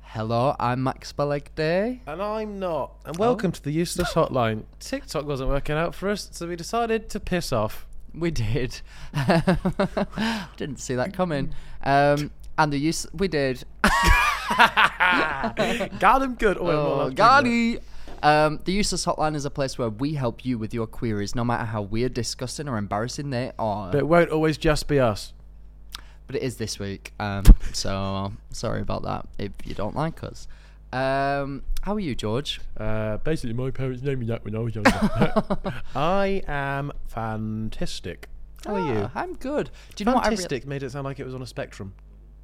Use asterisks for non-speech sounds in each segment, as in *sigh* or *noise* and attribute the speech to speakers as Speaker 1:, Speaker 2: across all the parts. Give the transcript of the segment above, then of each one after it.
Speaker 1: Hello, I'm Max Belegday.
Speaker 2: And I'm not. And welcome to the useless hotline. TikTok wasn't working out for us, so we decided to piss off.
Speaker 1: We did. *laughs* Didn't see that coming. Um, and the use we did.
Speaker 2: *laughs* Oh, Got him good. Oh,
Speaker 1: Oh, golly. Um, the Useless Hotline is a place where we help you with your queries, no matter how weird, disgusting, or embarrassing they are.
Speaker 2: But it won't always just be us.
Speaker 1: But it is this week,
Speaker 2: *laughs*
Speaker 1: um, so sorry about that if you don't like us. Um, how are you, George?
Speaker 2: Uh, basically, my parents named me that when I was *laughs* younger. I am fantastic. How are you?
Speaker 1: Ah, I'm good. Do you know what I
Speaker 2: Fantastic made it sound like it was on a spectrum.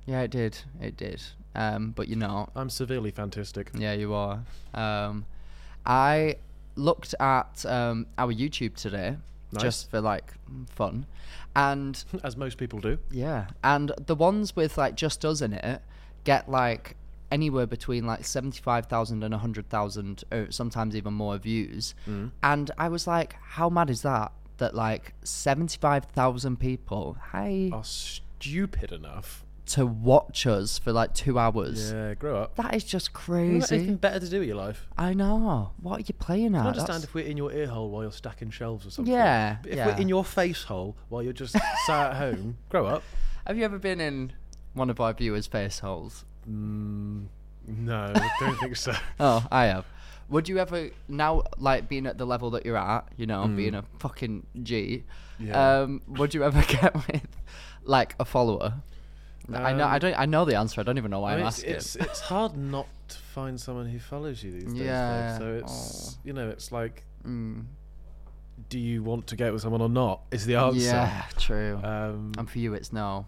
Speaker 1: Yeah, it did. It did. Um, but you're not.
Speaker 2: I'm severely *laughs* fantastic.
Speaker 1: Yeah, you are. Um, I looked at um, our YouTube today just for like fun, and
Speaker 2: As most people do.
Speaker 1: yeah, and the ones with like just us in it get like anywhere between like 75,000 and 100,000 or uh, sometimes even more views.
Speaker 2: Mm.
Speaker 1: And I was like, how mad is that? That like 75,000 people, hi,
Speaker 2: Are stupid enough.
Speaker 1: to watch us for like two hours.
Speaker 2: Yeah, grow up.
Speaker 1: That is just
Speaker 2: You've got
Speaker 1: crazy.
Speaker 2: anything better to do with your life.
Speaker 1: I know. What are you playing at?
Speaker 2: I understand
Speaker 1: That's-
Speaker 2: if we're in your ear hole while you're stacking shelves or something.
Speaker 1: Yeah,
Speaker 2: But if
Speaker 1: yeah.
Speaker 2: we're in your face hole while
Speaker 1: *laughs*
Speaker 2: you're just sat at home, grow up.
Speaker 1: Have you ever been in one of our viewers' face holes?
Speaker 2: No, I don't
Speaker 1: *laughs*
Speaker 2: think so.
Speaker 1: Oh, I have. Would you ever now, like being at the level that you're at, you know, being a fucking G?
Speaker 2: Mm. Yeah.
Speaker 1: Um, would you ever *laughs* get with like a follower? I know. I don't. I know the answer. I don't even know why
Speaker 2: Um,
Speaker 1: I
Speaker 2: I
Speaker 1: am
Speaker 2: mean, it's,
Speaker 1: asking.
Speaker 2: it's it's hard not to find someone who follows you these days. though.
Speaker 1: Yeah. Mm.
Speaker 2: So it's you know it's like, do you want to get with someone or not? Is the answer.
Speaker 1: yeah, true.
Speaker 2: Um, mm.
Speaker 1: and for you, it's no.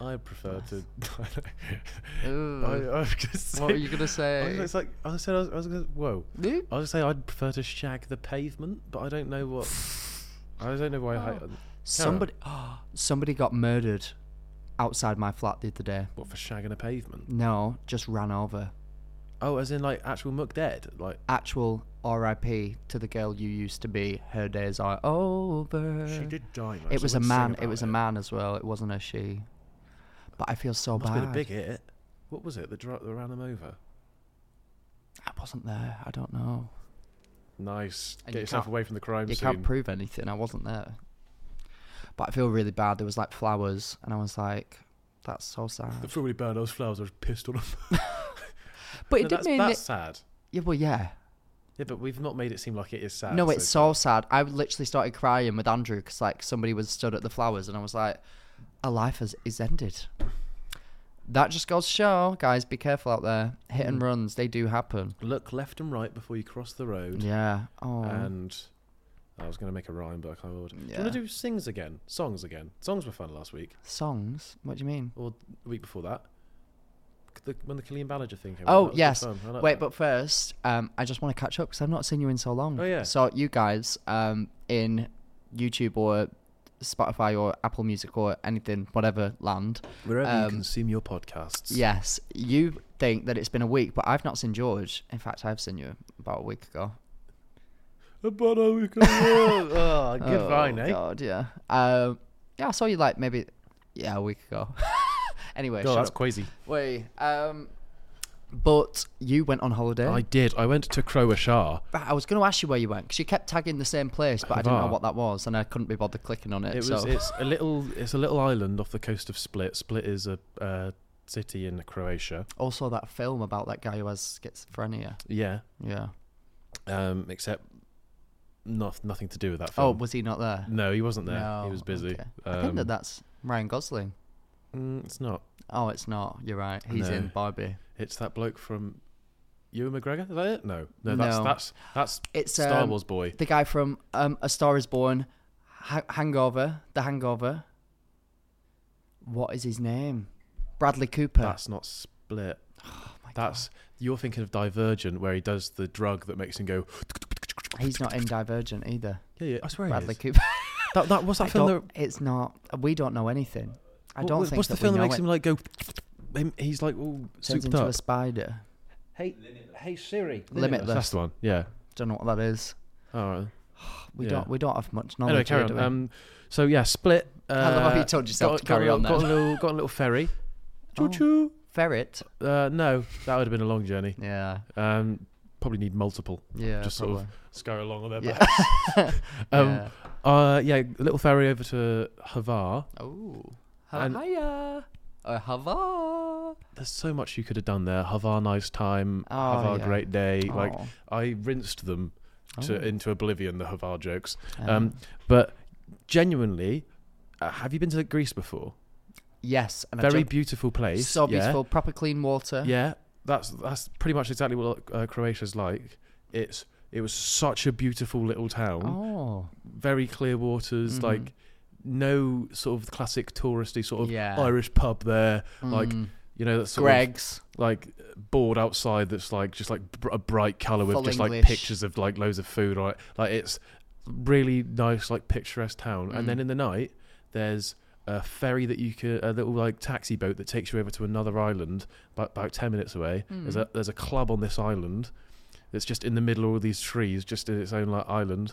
Speaker 2: I prefer to.
Speaker 1: Ooh.
Speaker 2: *laughs* I, I was gonna say,
Speaker 1: what were you gonna
Speaker 2: Oh, *laughs* I
Speaker 1: say?
Speaker 2: was, it's like I said. I was, I was gonna. Whoa.
Speaker 1: Nope.
Speaker 2: I was gonna say I'd prefer to shag the pavement, but I don't know what. I don't know why. I,
Speaker 1: Oh. somebody, *gasps* somebody got murdered outside my flat the other day.
Speaker 2: what for shagging a pavement?
Speaker 1: No, just ran over.
Speaker 2: Oh, as in like actual muck dead, like
Speaker 1: actual RIP to the girl you used to be. Her days are over.
Speaker 2: die.
Speaker 1: It was a man. It was a man as well. It wasn't a she. But I feel so
Speaker 2: Must have
Speaker 1: bad.
Speaker 2: been a big hit. What was it that, dro- that ran him over?
Speaker 1: I wasn't there. I don't know.
Speaker 2: Nice.
Speaker 1: And
Speaker 2: Get
Speaker 1: you
Speaker 2: yourself
Speaker 1: can't-
Speaker 2: away from the crime
Speaker 1: You
Speaker 2: scene.
Speaker 1: can't prove anything. I wasn't there. But I feel really bad. There was like flowers, and I was like, "That's so sad."
Speaker 2: Before we burned those flowers, I was pissed on them.
Speaker 1: But it
Speaker 2: No,
Speaker 1: did
Speaker 2: that's
Speaker 1: mean
Speaker 2: that's
Speaker 1: that.
Speaker 2: sad.
Speaker 1: Yeah, well, yeah.
Speaker 2: Yeah, but we've not made it seem like it is sad.
Speaker 1: No,
Speaker 2: so
Speaker 1: it's so sad. I literally started crying with Andrew because like somebody was stood at the flowers, and I was like, "A life has is ended." That just goes to show, guys. Be careful out there. Hit
Speaker 2: Mm.
Speaker 1: and runs, they do happen.
Speaker 2: Look left and right before you cross the road.
Speaker 1: Yeah. Oh.
Speaker 2: And I was going to make a rhyme, but I can't remember. Do you
Speaker 1: Yeah.
Speaker 2: want to do sings again? Songs again? Songs were fun last week
Speaker 1: Songs. What do you mean?
Speaker 2: or the week before that. The, when the Killian Ballager thing came out, that
Speaker 1: Oh
Speaker 2: was good
Speaker 1: yes.
Speaker 2: fun. I like
Speaker 1: Wait,
Speaker 2: that.
Speaker 1: but first, um, I just want to catch up because I've not seen you in so long.
Speaker 2: Oh, yeah.
Speaker 1: So you guys, um, in YouTube or Spotify or Apple Music or anything, whatever land,
Speaker 2: Wherever you
Speaker 1: um,
Speaker 2: consume your podcasts.
Speaker 1: Yes, you think that it's been a week, but I've not seen George. In fact, I've seen you about a week ago.
Speaker 2: About a
Speaker 1: *laughs*
Speaker 2: week ago. oh,
Speaker 1: Oh,
Speaker 2: goodbye, Nate.
Speaker 1: God, yeah. Um, yeah, I saw you like maybe yeah a week ago. *laughs* anyway,
Speaker 2: God,
Speaker 1: shut
Speaker 2: that's
Speaker 1: up.
Speaker 2: crazy.
Speaker 1: Wait, um, But you went on holiday.
Speaker 2: I did. I went to Croatia.
Speaker 1: But I was going to ask you where you went because you kept tagging the same place, but I didn't know what that was, and I couldn't be bothered clicking on it.
Speaker 2: It was.
Speaker 1: so
Speaker 2: It's a little. It's a little island off the coast of Split. Split is a uh, city in Croatia.
Speaker 1: *laughs* also that film about that guy who has schizophrenia.
Speaker 2: Yeah.
Speaker 1: Yeah.
Speaker 2: Um. Except, not nothing to do with that film.
Speaker 1: Oh, was he not there?
Speaker 2: no, he wasn't there.
Speaker 1: No,
Speaker 2: he was busy.
Speaker 1: okay. I think that
Speaker 2: Um,
Speaker 1: that's Ryan Gosling.
Speaker 2: mm, it's not.
Speaker 1: Oh, it's not. You're right. He's
Speaker 2: No.
Speaker 1: in Barbie.
Speaker 2: It's that bloke from. Ewan McGregor? Is that it? No, no, that's
Speaker 1: No.
Speaker 2: that's that's
Speaker 1: It's
Speaker 2: Star
Speaker 1: um,
Speaker 2: Wars boy.
Speaker 1: The guy from um, A Star Is Born, ha- Hangover, The Hangover. What is his name? Bradley Cooper. Oh
Speaker 2: That's not Split. that's you're thinking of Divergent, where he does the drug that makes him go.
Speaker 1: He's not in Divergent either.
Speaker 2: Yeah, yeah. I swear he
Speaker 1: Bradley
Speaker 2: is.
Speaker 1: Cooper.
Speaker 2: That,
Speaker 1: *laughs*
Speaker 2: that was that
Speaker 1: I
Speaker 2: film.
Speaker 1: don't-
Speaker 2: That,
Speaker 1: It's not. We don't know anything. I
Speaker 2: What-
Speaker 1: don't
Speaker 2: what-
Speaker 1: think
Speaker 2: What's the
Speaker 1: that
Speaker 2: film
Speaker 1: we
Speaker 2: that
Speaker 1: know
Speaker 2: makes
Speaker 1: it.
Speaker 2: him like go? him- He's like all
Speaker 1: turns
Speaker 2: souped
Speaker 1: into
Speaker 2: up.
Speaker 1: a spider?
Speaker 2: hey, hey Siri.
Speaker 1: Limitless.
Speaker 2: That's the one. Yeah.
Speaker 1: Don't know what that is.
Speaker 2: All right.
Speaker 1: We
Speaker 2: Yeah.
Speaker 1: don't. We don't have much knowledge.
Speaker 2: Anyway, carry
Speaker 1: here,
Speaker 2: on.
Speaker 1: do we?
Speaker 2: Um, so yeah, Split. Uh,
Speaker 1: love how you told yourself
Speaker 2: got,
Speaker 1: to carry
Speaker 2: got a
Speaker 1: on
Speaker 2: little- Got
Speaker 1: then.
Speaker 2: a little, got a little ferry.
Speaker 1: Oh.
Speaker 2: Choo choo.
Speaker 1: Ferret.
Speaker 2: Uh, no, that would have been a long journey.
Speaker 1: Yeah.
Speaker 2: Um, probably need multiple.
Speaker 1: Yeah.
Speaker 2: Just sort of scurry along on their
Speaker 1: Yeah.
Speaker 2: backs.
Speaker 1: *laughs*
Speaker 2: um,
Speaker 1: Yeah.
Speaker 2: Uh, yeah, a little ferry over to Havar.
Speaker 1: Oh.
Speaker 2: And-
Speaker 1: Hiya. Uh, hava.
Speaker 2: There's so much you could have done there. Havar, nice time.
Speaker 1: Oh,
Speaker 2: Havar,
Speaker 1: yeah.
Speaker 2: great day. Like
Speaker 1: Oh.
Speaker 2: I rinsed them to,
Speaker 1: Oh.
Speaker 2: into oblivion. The Havar jokes. Um, but genuinely, uh, have you been to Greece before?
Speaker 1: Yes. And I
Speaker 2: Very
Speaker 1: jumped-
Speaker 2: beautiful place.
Speaker 1: So
Speaker 2: yeah.
Speaker 1: beautiful. Proper clean water.
Speaker 2: Yeah, that's that's pretty much exactly what uh, Croatia's like. It's it was such a beautiful little town.
Speaker 1: Oh.
Speaker 2: Very clear waters.
Speaker 1: Mm-hmm.
Speaker 2: Like no sort of classic touristy sort of
Speaker 1: Yeah. Mm.
Speaker 2: Irish pub there. Like you know that's sort of-
Speaker 1: Greg's.
Speaker 2: like board outside that's like just like br- a bright color with
Speaker 1: Full
Speaker 2: just like
Speaker 1: English.
Speaker 2: pictures of like loads of food on it. Like it's really nice, like picturesque town. And
Speaker 1: Mm.
Speaker 2: then in the night, there's a ferry that you could a little like taxi boat that takes you over to another island about, about 10 minutes away
Speaker 1: Mm.
Speaker 2: there's a there's a club on this island that's just in the middle of all these trees just in its own like island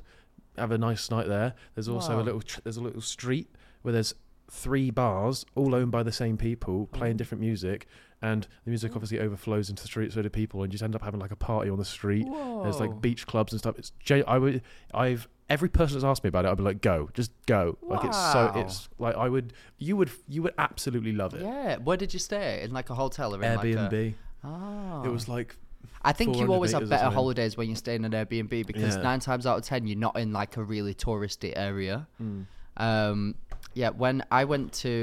Speaker 2: have a nice night there there's also
Speaker 1: Wow.
Speaker 2: a little tr- there's a little street where there's three bars all owned by the same people
Speaker 1: Mm.
Speaker 2: playing different music and the music obviously overflows into the street so do people and you just end up having like a party on the street there's
Speaker 1: Whoa.
Speaker 2: like beach clubs and stuff it's gen- i would i've every person that's asked me about it i'd be like go just go like it's so
Speaker 1: Wow.
Speaker 2: it's like i would you would you would absolutely love it
Speaker 1: Yeah. Where did you stay? In like a hotel or in Like a...
Speaker 2: airbnb
Speaker 1: Ah.
Speaker 2: it was like
Speaker 1: I think you
Speaker 2: 400
Speaker 1: always have
Speaker 2: metres or
Speaker 1: better
Speaker 2: something.
Speaker 1: holidays when you stay in an Airbnb because
Speaker 2: Yeah.
Speaker 1: nine times out of ten you're not in like a really touristy area.
Speaker 2: Hmm.
Speaker 1: Um, yeah, when I went to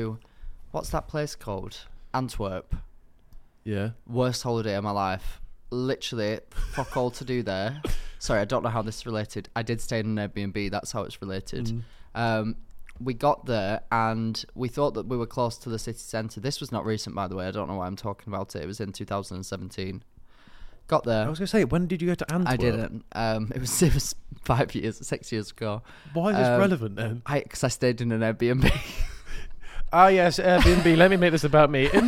Speaker 1: what's that place called? Antwerp.
Speaker 2: yeah
Speaker 1: Worst holiday of my life. Literally, fuck all to do there. Sorry, I don't know how this is related. I did stay in an Airbnb. That's how it's related. Um, we got there and we thought that we were close to the city centre. This was not recent, by the way. I don't know why I'm talking about it. It was in 2017. Got there.
Speaker 2: i was gonna say when did you go to antwerp
Speaker 1: I didn't. Um, it was *laughs* it was five years, six years ago.
Speaker 2: why is this
Speaker 1: Um,
Speaker 2: relevant then
Speaker 1: I because I stayed in an Airbnb. *laughs*
Speaker 2: Ah, yes, Airbnb. Let me make this about me.
Speaker 1: *laughs*
Speaker 2: In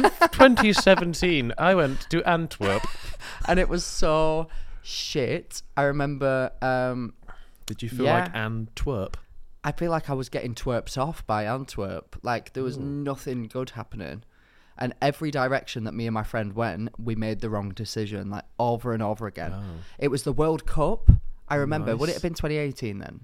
Speaker 2: 2017, I went to Antwerp.
Speaker 1: and it was so shit. I remember um,
Speaker 2: Did you feel
Speaker 1: Yeah.
Speaker 2: like Antwerp?
Speaker 1: I feel like I was getting twerped off by Antwerp. Like there was
Speaker 2: Hmm.
Speaker 1: nothing good happening. And every direction that me and my friend went, we made the wrong decision, like over and over again. It was the World Cup. I remember. Would it have been 2018 then?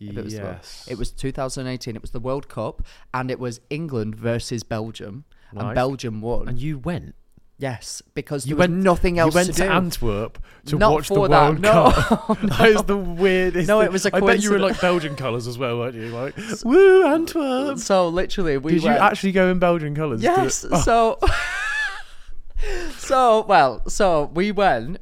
Speaker 1: If it was the World-
Speaker 2: yes.
Speaker 1: it was 2018. It was the World Cup, and it was England versus Belgium, and
Speaker 2: Right.
Speaker 1: Belgium won.
Speaker 2: And you went.
Speaker 1: yes, because you
Speaker 2: You
Speaker 1: there
Speaker 2: went
Speaker 1: went, was nothing else
Speaker 2: You went
Speaker 1: to,
Speaker 2: to,
Speaker 1: do.
Speaker 2: Antwerp to
Speaker 1: Not
Speaker 2: watch the
Speaker 1: for
Speaker 2: World
Speaker 1: that, no. *laughs*
Speaker 2: Cup. *laughs* That is the weirdest.
Speaker 1: No,
Speaker 2: thing.
Speaker 1: it was a
Speaker 2: I bet you were
Speaker 1: coincidence.
Speaker 2: like Belgian colours as well, weren't you? Like, woo, Antwerp.
Speaker 1: so literally, we
Speaker 2: Did you
Speaker 1: went-
Speaker 2: actually go in Belgian colours? to-
Speaker 1: Yes. So, *laughs* so well, so we went,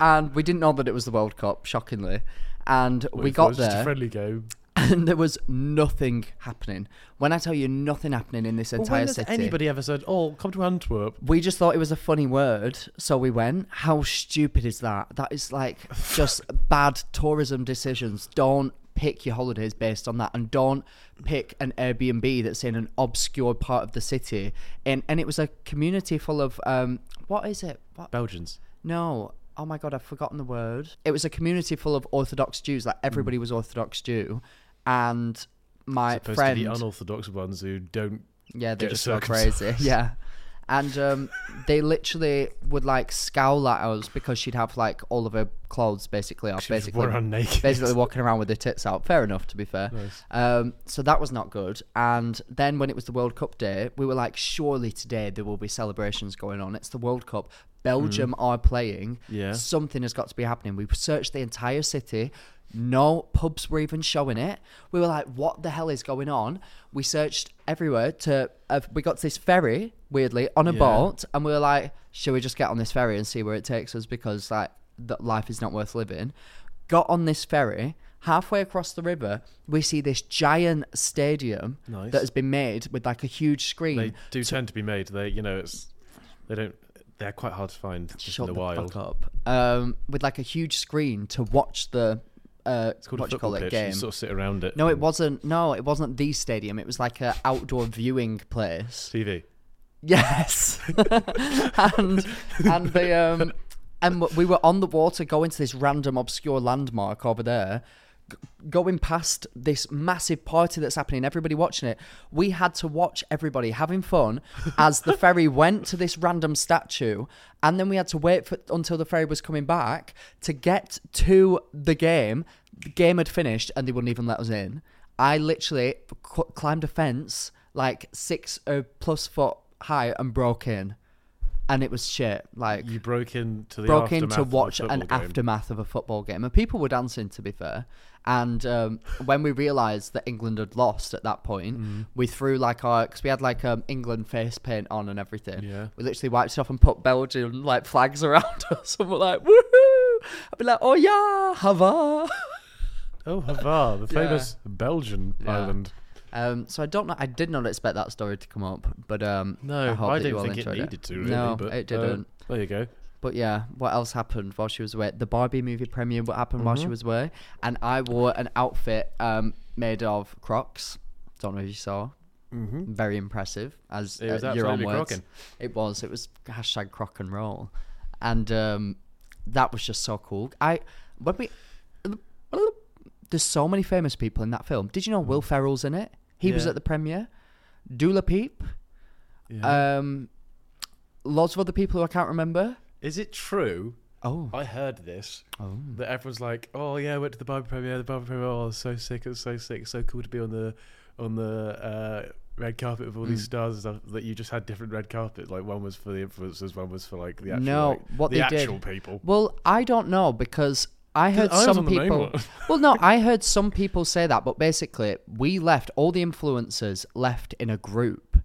Speaker 1: and we didn't know that it was the World Cup. Shockingly, and we
Speaker 2: Oh, It
Speaker 1: got
Speaker 2: was just a
Speaker 1: there,
Speaker 2: friendly game.
Speaker 1: *laughs* and there was nothing happening. When I tell you nothing happening in this entire
Speaker 2: when has
Speaker 1: city,
Speaker 2: anybody ever said, "Oh, come to Antwerp"?
Speaker 1: we just thought it was a funny word, so we went. How stupid is that? That is like just bad tourism decisions. Don't pick your holidays based on that, and don't pick an Airbnb that's in an obscure part of the city. And and it was a community full of um, what is it? What?
Speaker 2: Belgians.
Speaker 1: No. Oh my god, I've forgotten the word. It was a community full of Orthodox Jews. Like everybody was Orthodox Jew, and my
Speaker 2: Supposed
Speaker 1: friend Mm.
Speaker 2: to be unorthodox ones who don't
Speaker 1: yeah, they're
Speaker 2: get
Speaker 1: just so
Speaker 2: circumcised.
Speaker 1: crazy. *laughs* Yeah. and um, they literally would like scowl at us because she'd have like all of her clothes basically off,
Speaker 2: She was
Speaker 1: basically
Speaker 2: run naked.
Speaker 1: basically walking around with her tits out. Fair enough, to be fair. Um, so that was not good. And then when it was the World Cup day, we were like, surely today there will be celebrations going on. It's the World Cup. Belgium are playing.
Speaker 2: Hmm. Yeah.
Speaker 1: Something has got to be happening. We searched the entire city. No pubs were even showing it. We were like, what the hell is going on? We searched everywhere to. Uh, we got to this ferry, weirdly, on a
Speaker 2: Yeah.
Speaker 1: boat, and we were like, should we just get on this ferry and see where it takes us? Because, like, that life is not worth living. Got on this ferry. Halfway across the river, we see this giant stadium
Speaker 2: Nice.
Speaker 1: that has been made with like a huge screen.
Speaker 2: They do tend to be made. They, you know, it's they don't. They're quite hard to find just
Speaker 1: Shut the,
Speaker 2: in the, wild.
Speaker 1: fuck up. Um, with like a huge screen to watch the uh,
Speaker 2: It's called
Speaker 1: what do
Speaker 2: a
Speaker 1: you call
Speaker 2: football
Speaker 1: it
Speaker 2: pitch.
Speaker 1: game.
Speaker 2: You sort of sit around it.
Speaker 1: No, it wasn't. No, it wasn't the stadium. It was like a outdoor viewing place. *laughs*
Speaker 2: TV.
Speaker 1: Yes, *laughs* and and the um and w- we were on the water going to this random obscure landmark over there. g- Going past this massive party that's happening, everybody watching it, we had to watch everybody having fun as the ferry went to this random statue, and then we had to wait for until the ferry was coming back to get to the game. The game had finished, and they wouldn't even let us in. I literally c- climbed a fence like six uh, plus foot high and broke in, and it was shit. Like
Speaker 2: You broke into the
Speaker 1: broke in
Speaker 2: aftermath
Speaker 1: to
Speaker 2: of the
Speaker 1: watch an
Speaker 2: football game.
Speaker 1: aftermath of a football game, and people were dancing. To be fair, and um, when we realised that England had lost at that point,
Speaker 2: Mm.
Speaker 1: we threw like our because we had like um, England face paint on and everything.
Speaker 2: Yeah.
Speaker 1: we literally wiped it off and put Belgium like flags around *laughs* us, and we're like, woohoo! I'd be like, oh yeah, hava. *laughs*
Speaker 2: Oh, hurrah! The
Speaker 1: Yeah.
Speaker 2: famous Belgian
Speaker 1: Yeah.
Speaker 2: island.
Speaker 1: Um, so I don't know. I did not expect that story to come up, but um,
Speaker 2: No,
Speaker 1: I, hope that
Speaker 2: I,
Speaker 1: you
Speaker 2: didn't
Speaker 1: all
Speaker 2: think it
Speaker 1: enjoyed
Speaker 2: needed to. Really,
Speaker 1: no,
Speaker 2: but,
Speaker 1: it
Speaker 2: uh,
Speaker 1: didn't.
Speaker 2: there you go.
Speaker 1: But yeah, what else happened while she was away? The Barbie movie premiere what happened while she was away, and I wore an outfit um, made of Crocs. Don't know if you saw. Mm-hmm. Very impressive, as
Speaker 2: It was
Speaker 1: uh, your own
Speaker 2: absolutely
Speaker 1: words.
Speaker 2: crocking.
Speaker 1: It was. It was hashtag Croc and roll, and um, that was just so cool. I when we there's so many famous people in that film. Did you know Will Ferrell's in it? He was
Speaker 2: Yeah.
Speaker 1: at the premiere. Dula Peep. Um, lots of other people who I can't remember.
Speaker 2: Is it true?
Speaker 1: Oh.
Speaker 2: I heard this. That everyone's like, "Oh yeah, I went to the Barbie premiere. The Barbie premiere. Oh, it's so sick! It's so sick! It's so cool to be on the on the uh, red carpet with all
Speaker 1: Hmm.
Speaker 2: these stars and stuff." That you just had different red carpet. Like one was for the influencers, one was for like the actual
Speaker 1: no,
Speaker 2: like,
Speaker 1: what
Speaker 2: the
Speaker 1: they
Speaker 2: actual
Speaker 1: did.
Speaker 2: people.
Speaker 1: Well, I don't know because I heard
Speaker 2: I was
Speaker 1: some
Speaker 2: on the main
Speaker 1: people.
Speaker 2: one.
Speaker 1: *laughs* well, no, I heard some people say that, but basically, we left all the influencers left in a group,
Speaker 2: Hmm.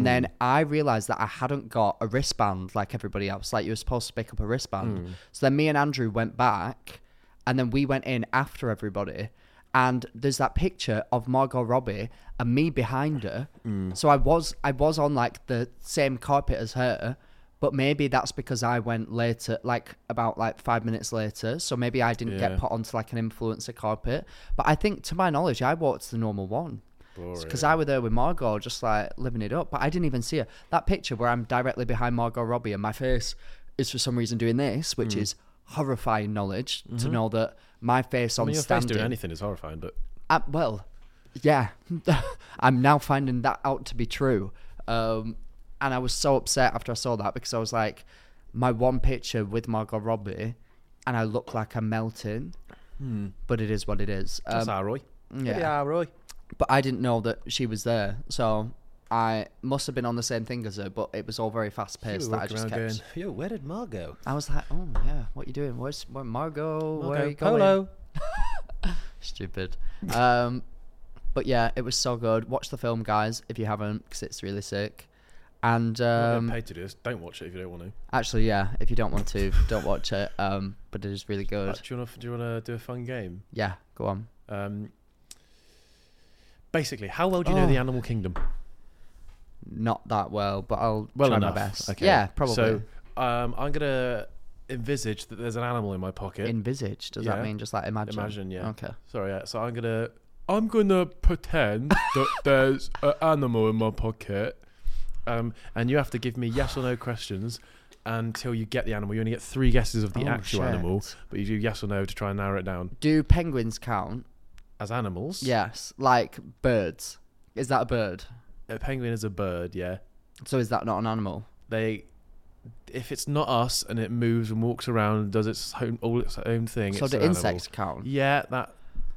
Speaker 1: and then I realized that I hadn't got a wristband like everybody else. Like you were supposed to pick up a wristband.
Speaker 2: Hmm.
Speaker 1: So then me and Andrew went back, and then we went in after everybody. And there's that picture of Margot Robbie and me behind her.
Speaker 2: Hmm.
Speaker 1: So I was I was on like the same carpet as her, but maybe that's because I went later, like about like five minutes later. So maybe I didn't
Speaker 2: Yeah.
Speaker 1: get put onto like an influencer carpet. But I think, to my knowledge, I walked the normal one because I were there with Margot, just like living it up. But I didn't even see her. That picture where I'm directly behind Margot Robbie and my face is for some reason doing this, which
Speaker 2: Hmm.
Speaker 1: is horrifying knowledge to know that my face on
Speaker 2: Mm-hmm. I mean, your face
Speaker 1: standing.
Speaker 2: doing anything is horrifying, but
Speaker 1: Uh, well, yeah, *laughs* I'm now finding that out to be true. Um, and I was so upset after I saw that because I was like, my one picture with Margot Robbie, and I look like I'm melting. But it is what it is. Um,
Speaker 2: that's alright.
Speaker 1: yeah.
Speaker 2: yeah, alright.
Speaker 1: but I didn't know that she was there, so I must have been on the same thing as her. But it was all very fast paced. That I just kept.
Speaker 2: Yo, where did Margot?
Speaker 1: I was like, oh yeah, what you doing? Where's where Margot? Where are you going?
Speaker 2: Polo.
Speaker 1: *laughs* stupid. Um, but yeah, it was so good. Watch the film, guys, if you haven't, because it's really sick. And
Speaker 2: Um,
Speaker 1: um,
Speaker 2: paid to do this. Don't watch it if you don't want to.
Speaker 1: actually, yeah, if you don't want to, don't watch it. Um, but it is really
Speaker 2: Uh,
Speaker 1: good.
Speaker 2: do you want to do, you want to do a fun game?
Speaker 1: Yeah, go on.
Speaker 2: Um, basically, how well do you
Speaker 1: Oh.
Speaker 2: know the animal kingdom?
Speaker 1: Not that well, but I'll
Speaker 2: Well
Speaker 1: try
Speaker 2: enough.
Speaker 1: my best.
Speaker 2: Okay.
Speaker 1: Yeah, probably.
Speaker 2: So um, I'm gonna envisage that there's an animal in my pocket.
Speaker 1: Envisage? Does
Speaker 2: Yeah.
Speaker 1: that mean just like imagine?
Speaker 2: Imagine, yeah.
Speaker 1: Okay.
Speaker 2: Sorry. Yeah, so I'm gonna I'm gonna pretend
Speaker 1: *laughs*
Speaker 2: that there's an animal in my pocket, um, and you have to give me yes or no questions until you get the animal. You only get three guesses of the
Speaker 1: Oh,
Speaker 2: actual
Speaker 1: shit.
Speaker 2: animal, but you do yes or no to try and narrow it down.
Speaker 1: Do penguins count?
Speaker 2: As animals,
Speaker 1: Yes, like birds. Is that a bird?
Speaker 2: a penguin is a bird. Yeah,
Speaker 1: So is that not an animal?
Speaker 2: they if it's not us and it moves and walks around and does its own all its own thing.
Speaker 1: So
Speaker 2: it's
Speaker 1: do
Speaker 2: an animal.
Speaker 1: insects count?
Speaker 2: Yeah, that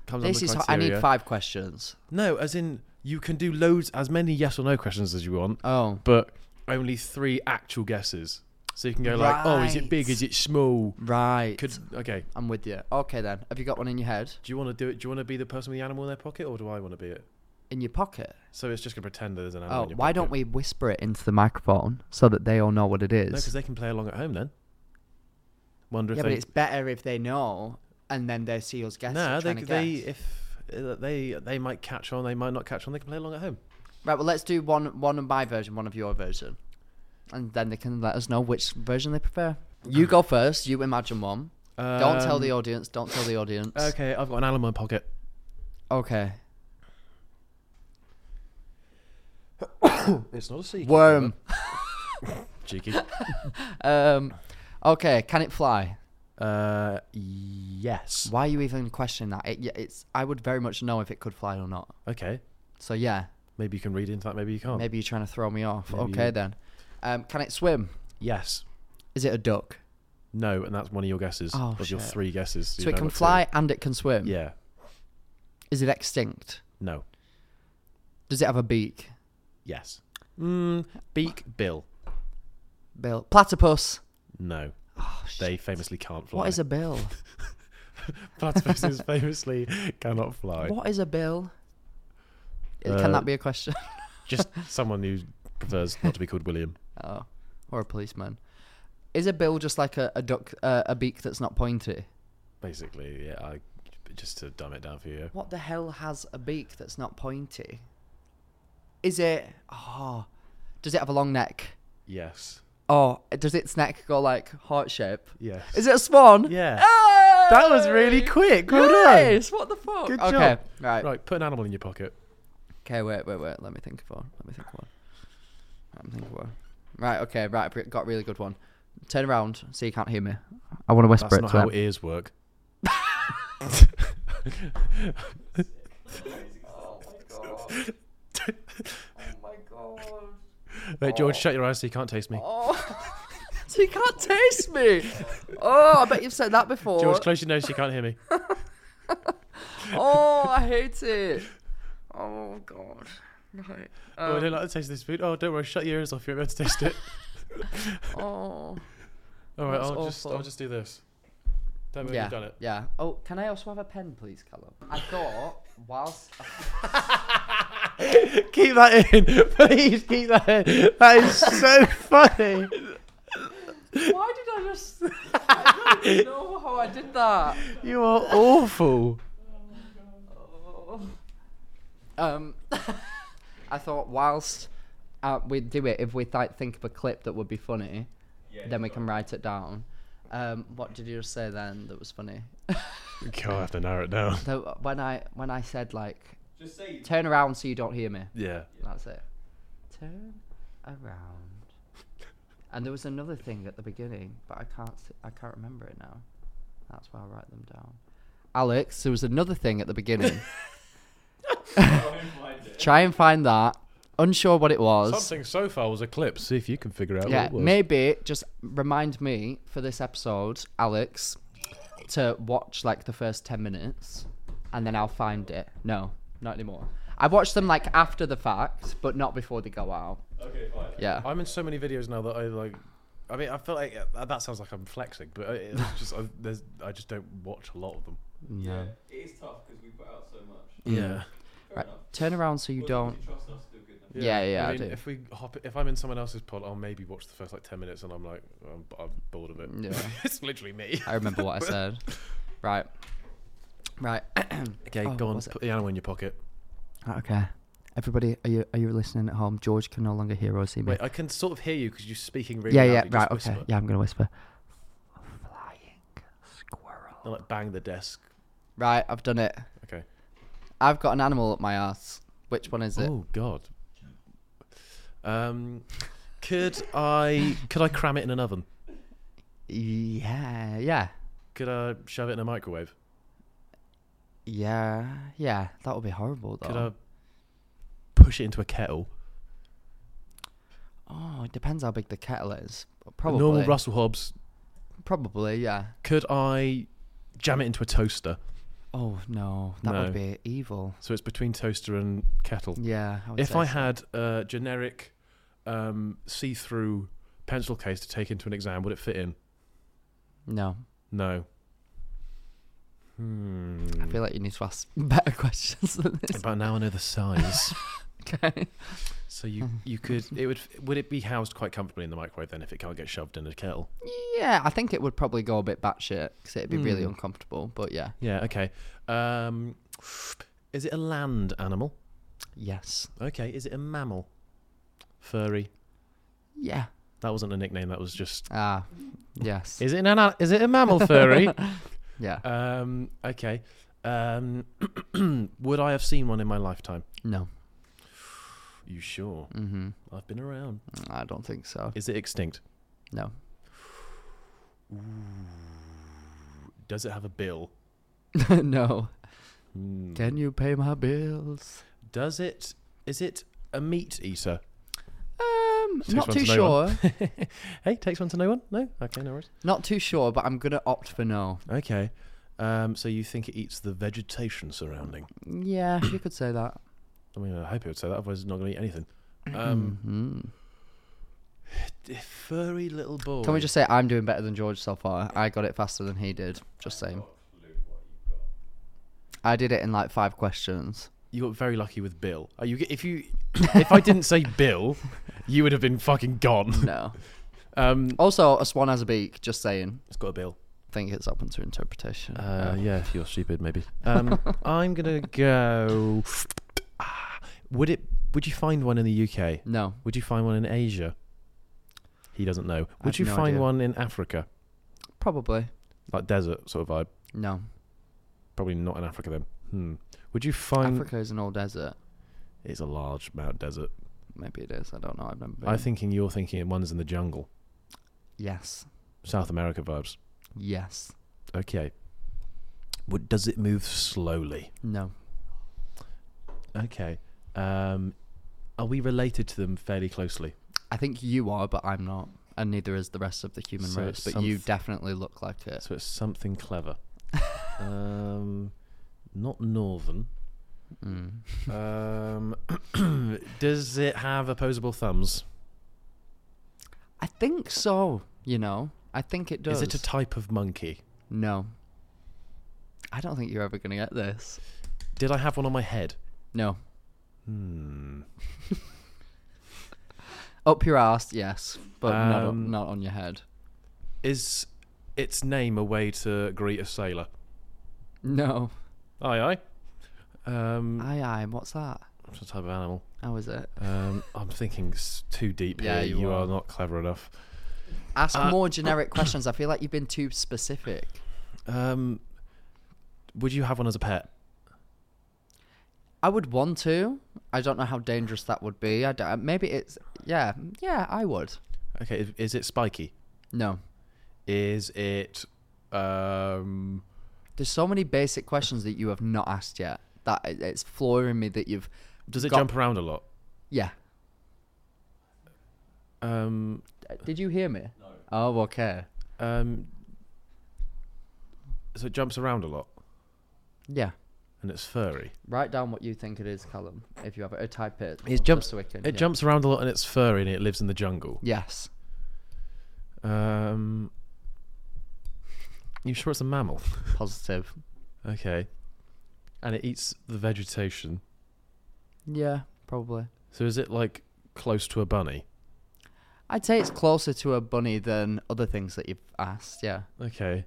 Speaker 2: comes
Speaker 1: This
Speaker 2: under
Speaker 1: is. ho- I
Speaker 2: criteria.
Speaker 1: need five questions.
Speaker 2: No, as in you can do loads as many yes or no questions as you want,
Speaker 1: Oh,
Speaker 2: but only three actual guesses. So you can go like, oh, is it big?
Speaker 1: Right.
Speaker 2: Is it small?
Speaker 1: right.
Speaker 2: Could okay.
Speaker 1: I'm with you. Okay then. Have you got one in your head?
Speaker 2: Do you want to do it? Do you want to be the person with the animal in their pocket, or do I want to be it?
Speaker 1: In your pocket?
Speaker 2: So it's just gonna pretend there's an animal.
Speaker 1: Oh,
Speaker 2: in your
Speaker 1: why
Speaker 2: pocket.
Speaker 1: don't we whisper it into the microphone so that they all know what it
Speaker 2: No,
Speaker 1: is?
Speaker 2: because they can play along at home then. Wonder if
Speaker 1: yeah,
Speaker 2: they.
Speaker 1: but it's better if they know and then they see us guessing.
Speaker 2: no, they
Speaker 1: trying to
Speaker 2: they
Speaker 1: guess.
Speaker 2: if uh, they they might catch on, they might not catch on. They can play along at home.
Speaker 1: Right, well, let's do one one of my version, one of your version, and then they can let us know which version they prefer. You go first. You imagine one. don't tell the audience. Don't tell the audience.
Speaker 2: Okay, I've got an animal in my pocket.
Speaker 1: Okay.
Speaker 2: It's not a secret.
Speaker 1: Worm.
Speaker 2: Cheeky.
Speaker 1: Um. Okay. Can it fly?
Speaker 2: uh, yes.
Speaker 1: Why are you even questioning that? It, yeah, it's. I would very much know if it could fly or not.
Speaker 2: Okay.
Speaker 1: So yeah,
Speaker 2: Maybe you can read into that. Maybe you can't.
Speaker 1: maybe you're trying to throw me off.
Speaker 2: Oh. Maybe
Speaker 1: okay
Speaker 2: you-
Speaker 1: then. Um. Can it swim?
Speaker 2: Yes.
Speaker 1: Is it a duck?
Speaker 2: No, and that's one of your guesses.
Speaker 1: Oh,
Speaker 2: of your
Speaker 1: shit.
Speaker 2: three guesses.
Speaker 1: So
Speaker 2: you
Speaker 1: it
Speaker 2: know
Speaker 1: can
Speaker 2: what to-
Speaker 1: fly and it can swim.
Speaker 2: Yeah.
Speaker 1: Is it extinct?
Speaker 2: No.
Speaker 1: Does it have a beak?
Speaker 2: Yes. Mm, beak, bill.
Speaker 1: Bill. Platypus.
Speaker 2: No. they famously can't fly.
Speaker 1: Oh, What
Speaker 2: *laughs*
Speaker 1: is a bill?
Speaker 2: platypuses famously cannot fly.
Speaker 1: What is a bill? Uh,
Speaker 2: Uh,
Speaker 1: Can that be a question? *laughs*
Speaker 2: Just someone who prefers not to be called William.
Speaker 1: oh, or a policeman? Is a bill just like a, a duck, uh, a beak that's not pointy?
Speaker 2: Basically, yeah. I just to dumb it down for you.
Speaker 1: What the hell has a beak that's not pointy? Is it? Oh, does it have a long neck?
Speaker 2: Yes.
Speaker 1: Oh, does its neck go like heart shape?
Speaker 2: Yes.
Speaker 1: Is it Oh, a swan?
Speaker 2: Yeah.
Speaker 1: Hey!
Speaker 2: That was really quick. Well done.
Speaker 1: yes. What the fuck?
Speaker 2: Good
Speaker 1: okay.
Speaker 2: job.
Speaker 1: Right.
Speaker 2: Right, put an animal in your pocket.
Speaker 1: Okay, wait, wait, wait. Let me think of one. Let me think of one. Let me think of one. Right, okay, right. I've Got a really good one. Turn around so you can't hear me. I want to whisper
Speaker 2: That's
Speaker 1: it
Speaker 2: not
Speaker 1: to
Speaker 2: how
Speaker 1: them.
Speaker 2: ears work. *laughs* Wait, George, shut your eyes so you can't taste me.
Speaker 1: Oh, *laughs* So you can't taste me. Oh, I bet you've said that before.
Speaker 2: George, close your nose so you can't hear *laughs* me.
Speaker 1: oh, *laughs* I hate it. Oh God. Right.
Speaker 2: oh, I don't like the taste of this food. Oh, don't worry, shut your ears off. You're able to taste *laughs* it.
Speaker 1: Oh.
Speaker 2: All right,
Speaker 1: That's
Speaker 2: I'll just, I'll
Speaker 1: awful.
Speaker 2: just do this. Don't worry,
Speaker 1: Yeah.
Speaker 2: you've done it.
Speaker 1: Yeah. Oh, can I also have a pen, please, Callum? I thought *laughs* whilst
Speaker 2: *laughs* Keep that in, please. Keep that in. That is so *laughs* funny.
Speaker 1: why did I just? *laughs* I don't even know how I did that.
Speaker 2: You are awful.
Speaker 1: Um, *laughs* I thought whilst uh, we do it, if we like think of a clip that would be funny, then we can write it down. Um, what did you just say then that was funny?
Speaker 2: God, I have to narrow it down.
Speaker 1: so when I when I said like, turn around so you don't hear me.
Speaker 2: Yeah.
Speaker 1: That's it. Turn around. and there was another thing at the beginning, but I can't s- I can't remember it now. That's why I write them down. Alex, there was another thing at the beginning. Try and find that. Unsure what it was.
Speaker 2: Something so far was a clip. See if you can figure out
Speaker 1: yeah,
Speaker 2: what it was.
Speaker 1: maybe just remind me for this episode, Alex, to watch like the first 10 minutes and then I'll find it. No, not anymore. I watched them like after the fact, but not before they go out.
Speaker 2: Okay, fine.
Speaker 1: Yeah.
Speaker 2: I'm in so many videos now that I like. I mean, I feel like uh, that sounds like I'm flexing, but
Speaker 1: *laughs*
Speaker 2: I- it's just I, there's, I just don't watch a lot of them.
Speaker 1: Yeah.
Speaker 3: It is tough because we put out so much.
Speaker 2: Yeah.
Speaker 1: Right. Turn around so you don't.
Speaker 3: You trust us to do a good enough.
Speaker 1: Yeah, yeah, I,
Speaker 2: mean,
Speaker 1: do.
Speaker 2: If we hop, if I'm in someone else's pod, I'll maybe watch the first like ten minutes, and I'm like, I'm, I'm bored of it.
Speaker 1: Yeah.
Speaker 2: *laughs* it's
Speaker 1: *laughs*
Speaker 2: literally me.
Speaker 1: I remember what I said. Right. Right. *coughs*
Speaker 2: Okay,
Speaker 1: Oh,
Speaker 2: go on,
Speaker 1: was it-
Speaker 2: put the animal in your pocket.
Speaker 1: okay. Everybody, are you are you listening at home? George can no longer hear or see me.
Speaker 2: Wait, I can sort of hear you because you're speaking really
Speaker 1: yeah,
Speaker 2: loudly,
Speaker 1: yeah,
Speaker 2: just
Speaker 1: right, okay.
Speaker 2: whisper.
Speaker 1: Yeah, I'm gonna whisper. Flying squirrel.
Speaker 2: And, like bang the desk.
Speaker 1: Right, I've done it.
Speaker 2: Okay.
Speaker 1: I've got an animal up my ass. Which one is it?
Speaker 2: Oh God. Um, could I could I cram it in an oven?
Speaker 1: Yeah, yeah,
Speaker 2: Could I shove it in a microwave?
Speaker 1: yeah, yeah. That Oh. would be horrible though.
Speaker 2: Could I push it into a kettle?
Speaker 1: Oh, it depends how big the kettle is. Probably.
Speaker 2: Normal Russell Hobbs.
Speaker 1: Probably, yeah.
Speaker 2: Could I jam it into a toaster?
Speaker 1: Oh no, that
Speaker 2: No.
Speaker 1: would be evil.
Speaker 2: So it's between toaster and kettle.
Speaker 1: Yeah. I would
Speaker 2: if
Speaker 1: say
Speaker 2: I
Speaker 1: so.
Speaker 2: had a generic um, see-through pencil case to take into an exam, would it fit in?
Speaker 1: no,
Speaker 2: No. Hmm.
Speaker 1: I feel like you need to ask *laughs* better questions than this.
Speaker 2: But now I know the size.
Speaker 1: Okay.
Speaker 2: so you you could it would would it be housed quite comfortably in the microwave then if it can't get shoved in a kettle?
Speaker 1: Yeah, I think it would probably go a bit batshit because it'd be really uncomfortable. But yeah,
Speaker 2: Yeah. Okay. Um, is it a land animal?
Speaker 1: yes,
Speaker 2: Okay. Is it a mammal? Furry.
Speaker 1: yeah,
Speaker 2: That wasn't a nickname. That was just.
Speaker 1: ah, yes,
Speaker 2: Is it an an- is it a mammal furry?
Speaker 1: yeah.
Speaker 2: um. Okay. Um. *clears throat* would I have seen one in my lifetime?
Speaker 1: no,
Speaker 2: You sure?
Speaker 1: mm-hmm.
Speaker 2: I've been around.
Speaker 1: I don't think so.
Speaker 2: Is it extinct?
Speaker 1: No, *laughs*
Speaker 2: Does it have a bill?
Speaker 1: no.
Speaker 2: Hmm.
Speaker 1: Can you pay my bills?
Speaker 2: Does it? Is it a meat eater?
Speaker 1: Um,
Speaker 2: Takes
Speaker 1: not
Speaker 2: one
Speaker 1: too
Speaker 2: to know
Speaker 1: sure.
Speaker 2: one. *laughs* hey, takes one to know one. No. Okay. No worries.
Speaker 1: not too sure, but I'm gonna opt for no.
Speaker 2: Okay. Um. So you think it eats the vegetation surrounding?
Speaker 1: Yeah, you could say *clears throat* that.
Speaker 2: I mean, I hope it would say that. Otherwise, it's not going to eat anything. Um.
Speaker 1: Mm.
Speaker 2: d- Furry little boy.
Speaker 1: Can we just say I'm doing better than George so far? I got it faster than he did. Just saying. I did it in like five
Speaker 2: *laughs*
Speaker 1: questions.
Speaker 2: You got very lucky with Bill. Are you? If you, *coughs* if I didn't say Bill, you would have been fucking gone.
Speaker 1: No.
Speaker 2: Um.
Speaker 1: also, a swan has a beak. Just saying.
Speaker 2: It's got a bill.
Speaker 1: I think it's open to interpretation.
Speaker 2: Uh, yeah, if you're stupid, maybe. Um, I'm gonna go. ah, Would it? Would you find one in the UK?
Speaker 1: no.
Speaker 2: Would you find one in Asia? He doesn't know. Would
Speaker 1: have
Speaker 2: you
Speaker 1: no
Speaker 2: find
Speaker 1: idea.
Speaker 2: one in Africa,
Speaker 1: Probably.
Speaker 2: like desert sort of vibe?
Speaker 1: No.
Speaker 2: Probably not in Africa then. Hmm. Would you find?
Speaker 1: Africa is an old desert.
Speaker 2: It's a large amount of desert.
Speaker 1: Maybe it is. I don't know. I've never been.
Speaker 2: I'm thinking you're thinking it one's in the jungle,
Speaker 1: Yes.
Speaker 2: South America vibes.
Speaker 1: Yes.
Speaker 2: Okay. Would does it move slowly?
Speaker 1: No.
Speaker 2: Okay. Um, are we related to them fairly closely?
Speaker 1: I think you are, but I'm not. And neither is the rest of the human
Speaker 2: So
Speaker 1: race.
Speaker 2: it's
Speaker 1: But you
Speaker 2: someth-
Speaker 1: definitely look like it.
Speaker 2: So it's something *laughs* clever. um, not northern. Hmm. Um, *coughs* does it have opposable thumbs?
Speaker 1: I think so. You know. I think it does.
Speaker 2: Is it a type of monkey?
Speaker 1: no. I don't think you're ever gonna get this.
Speaker 2: Did I have one on my head?
Speaker 1: No. Hmm. *laughs* Up your ass, yes, but not,
Speaker 2: Um,
Speaker 1: on, not on your head.
Speaker 2: Is its name a way to greet a sailor?
Speaker 1: No.
Speaker 2: Aye, aye. Um,
Speaker 1: Aye, aye. What's that?
Speaker 2: what's the type of animal?
Speaker 1: How is it?
Speaker 2: Um, I'm thinking s- too deep
Speaker 1: Yeah,
Speaker 2: here.
Speaker 1: you
Speaker 2: You are
Speaker 1: are.
Speaker 2: not clever enough.
Speaker 1: Ask more generic questions. I feel like you've been too specific.
Speaker 2: Um, would you have one as a pet?
Speaker 1: I would want to. I don't know how dangerous that would be. I don't- maybe it's yeah, yeah. I would.
Speaker 2: Okay, is, is it spiky?
Speaker 1: No.
Speaker 2: Is it um
Speaker 1: There's so many basic questions that you have not asked yet. That it- it's flooring me that you've.
Speaker 2: does it
Speaker 1: got-
Speaker 2: jump around a lot?
Speaker 1: Yeah.
Speaker 2: Um
Speaker 1: Did you hear me? No. Oh, okay.
Speaker 2: um so it jumps around a lot
Speaker 1: Yeah.
Speaker 2: and it's furry.
Speaker 1: Write down what you think it is, Callum. If you have it, or type it.
Speaker 2: It jumps
Speaker 1: just so we can-
Speaker 2: It
Speaker 1: yeah.
Speaker 2: jumps around a lot and it's furry and it lives in the jungle.
Speaker 1: Yes.
Speaker 2: Um You sure it's a mammal? *laughs*
Speaker 1: Positive.
Speaker 2: okay. And it eats the vegetation.
Speaker 1: yeah, probably.
Speaker 2: So is it like close to a bunny?
Speaker 1: I'd say it's closer to a bunny than other things that you've asked. Yeah.
Speaker 2: Okay.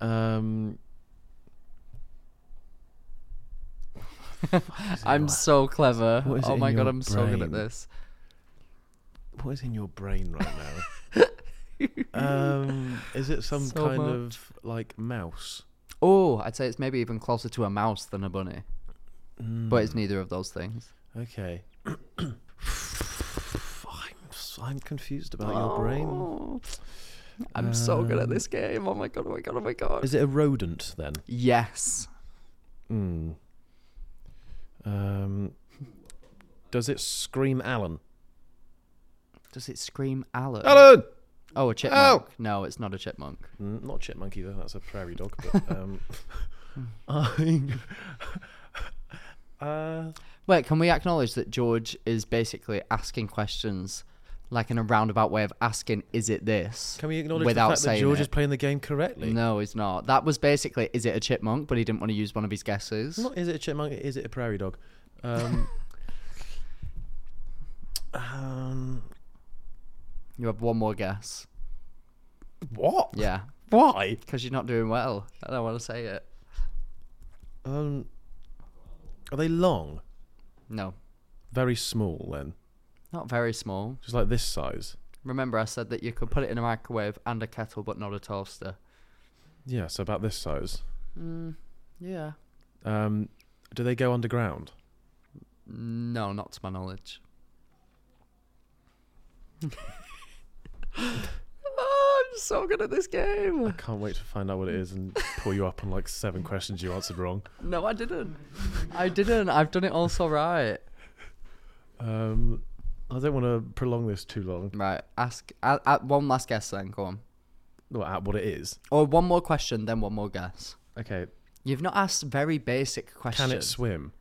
Speaker 2: Um
Speaker 1: I'm so clever.
Speaker 2: What is it
Speaker 1: oh
Speaker 2: in
Speaker 1: my god,
Speaker 2: your
Speaker 1: I'm so good at
Speaker 2: brain?
Speaker 1: this.
Speaker 2: what is in your brain right
Speaker 1: *laughs*
Speaker 2: now? um, is it some
Speaker 1: So
Speaker 2: kind
Speaker 1: much.
Speaker 2: of like mouse?
Speaker 1: Oh, I'd say it's maybe even closer to a mouse than a bunny.
Speaker 2: Mm.
Speaker 1: But it's neither of those things.
Speaker 2: Okay. *coughs* I'm s- I'm confused about your
Speaker 1: Oh.
Speaker 2: brain.
Speaker 1: I'm so good at this game. Oh my god, oh my god, oh my god.
Speaker 2: Is it a rodent then?
Speaker 1: Yes.
Speaker 2: Mm. Um, does it scream Alan?
Speaker 1: Does it scream Alan?
Speaker 2: Alan.
Speaker 1: Oh, a chipmunk. No, it's not a chipmunk.
Speaker 2: Mm, Not chipmunk either. That's a prairie dog.
Speaker 1: *laughs*
Speaker 2: But, um,
Speaker 1: Hmm.
Speaker 2: *laughs* I'm- uh,
Speaker 1: Wait, can we acknowledge that George is basically asking questions like in a roundabout way of asking, "Is it this?"
Speaker 2: can we acknowledge
Speaker 1: without
Speaker 2: the fact that
Speaker 1: saying
Speaker 2: George
Speaker 1: it?
Speaker 2: is playing the game correctly?
Speaker 1: No, he's not. That was basically, "Is it a chipmunk?" But he didn't want to use one of his guesses.
Speaker 2: Not is it a chipmunk? Is it a prairie dog? Um, *laughs* um,
Speaker 1: You have one more guess.
Speaker 2: what?
Speaker 1: Yeah,
Speaker 2: Why?
Speaker 1: because you're not doing well. I don't want to say it.
Speaker 2: Um, are they long?
Speaker 1: No,
Speaker 2: Very small then,
Speaker 1: not very small.
Speaker 2: just like this size.
Speaker 1: Remember, I said that you could put it in a microwave and a kettle, but not a toaster.
Speaker 2: Yeah, so about this size.
Speaker 1: Yeah.
Speaker 2: Um, do they go underground?
Speaker 1: No, not to my knowledge. *laughs* oh, I'm so good at this game.
Speaker 2: Can't wait to find out what it is and pull you up on like seven questions you answered wrong.
Speaker 1: No, I didn't. I didn't. I've done it all so right.
Speaker 2: Um, I don't want to prolong this too long.
Speaker 1: Right. Ask uh, uh, one last guess then. Go on.
Speaker 2: Well, at what it is.
Speaker 1: Or one more question, then one more guess.
Speaker 2: Okay.
Speaker 1: You've not asked very basic
Speaker 2: Can
Speaker 1: questions.
Speaker 2: it swim?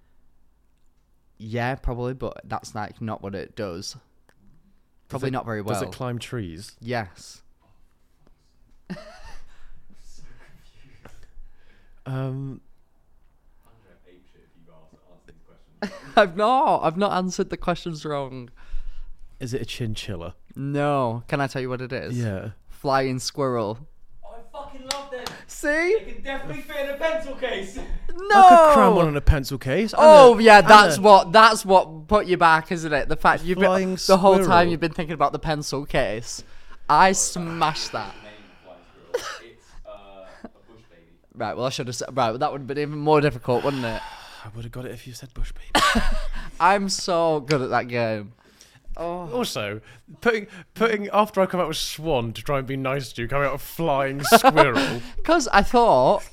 Speaker 1: Yeah, probably, but that's like not what it does. Probably
Speaker 2: it-
Speaker 1: not very well.
Speaker 2: Does it climb trees?
Speaker 1: yes.
Speaker 2: Um,
Speaker 1: I've not. I've not answered the questions wrong.
Speaker 2: is it a chinchilla?
Speaker 1: No. Can I tell you what it is?
Speaker 2: Yeah.
Speaker 1: Flying squirrel.
Speaker 3: I fucking love them.
Speaker 1: See?
Speaker 3: They can definitely fit in a pencil case.
Speaker 2: *laughs*
Speaker 1: No.
Speaker 2: I could cram one in a pencil case. and
Speaker 1: Oh
Speaker 2: a-
Speaker 1: yeah,
Speaker 2: and
Speaker 1: that's
Speaker 2: a-
Speaker 1: what that's what put you back, isn't it? The fact you've been
Speaker 2: flying
Speaker 1: the whole
Speaker 2: squirrel.
Speaker 1: time you've been thinking about the pencil case. I smashed that.
Speaker 3: it's uh, a bush baby.
Speaker 1: Right. Well, I should have. Said, right. Well, that would have been even more difficult, wouldn't it?
Speaker 2: I would have got it if you said bush baby.
Speaker 1: *laughs* I'm so good at that game.
Speaker 2: Oh. also, putting putting after I come out with swan to try and be nice to you, coming out
Speaker 1: *laughs*
Speaker 2: with flying squirrel.
Speaker 1: Because I thought,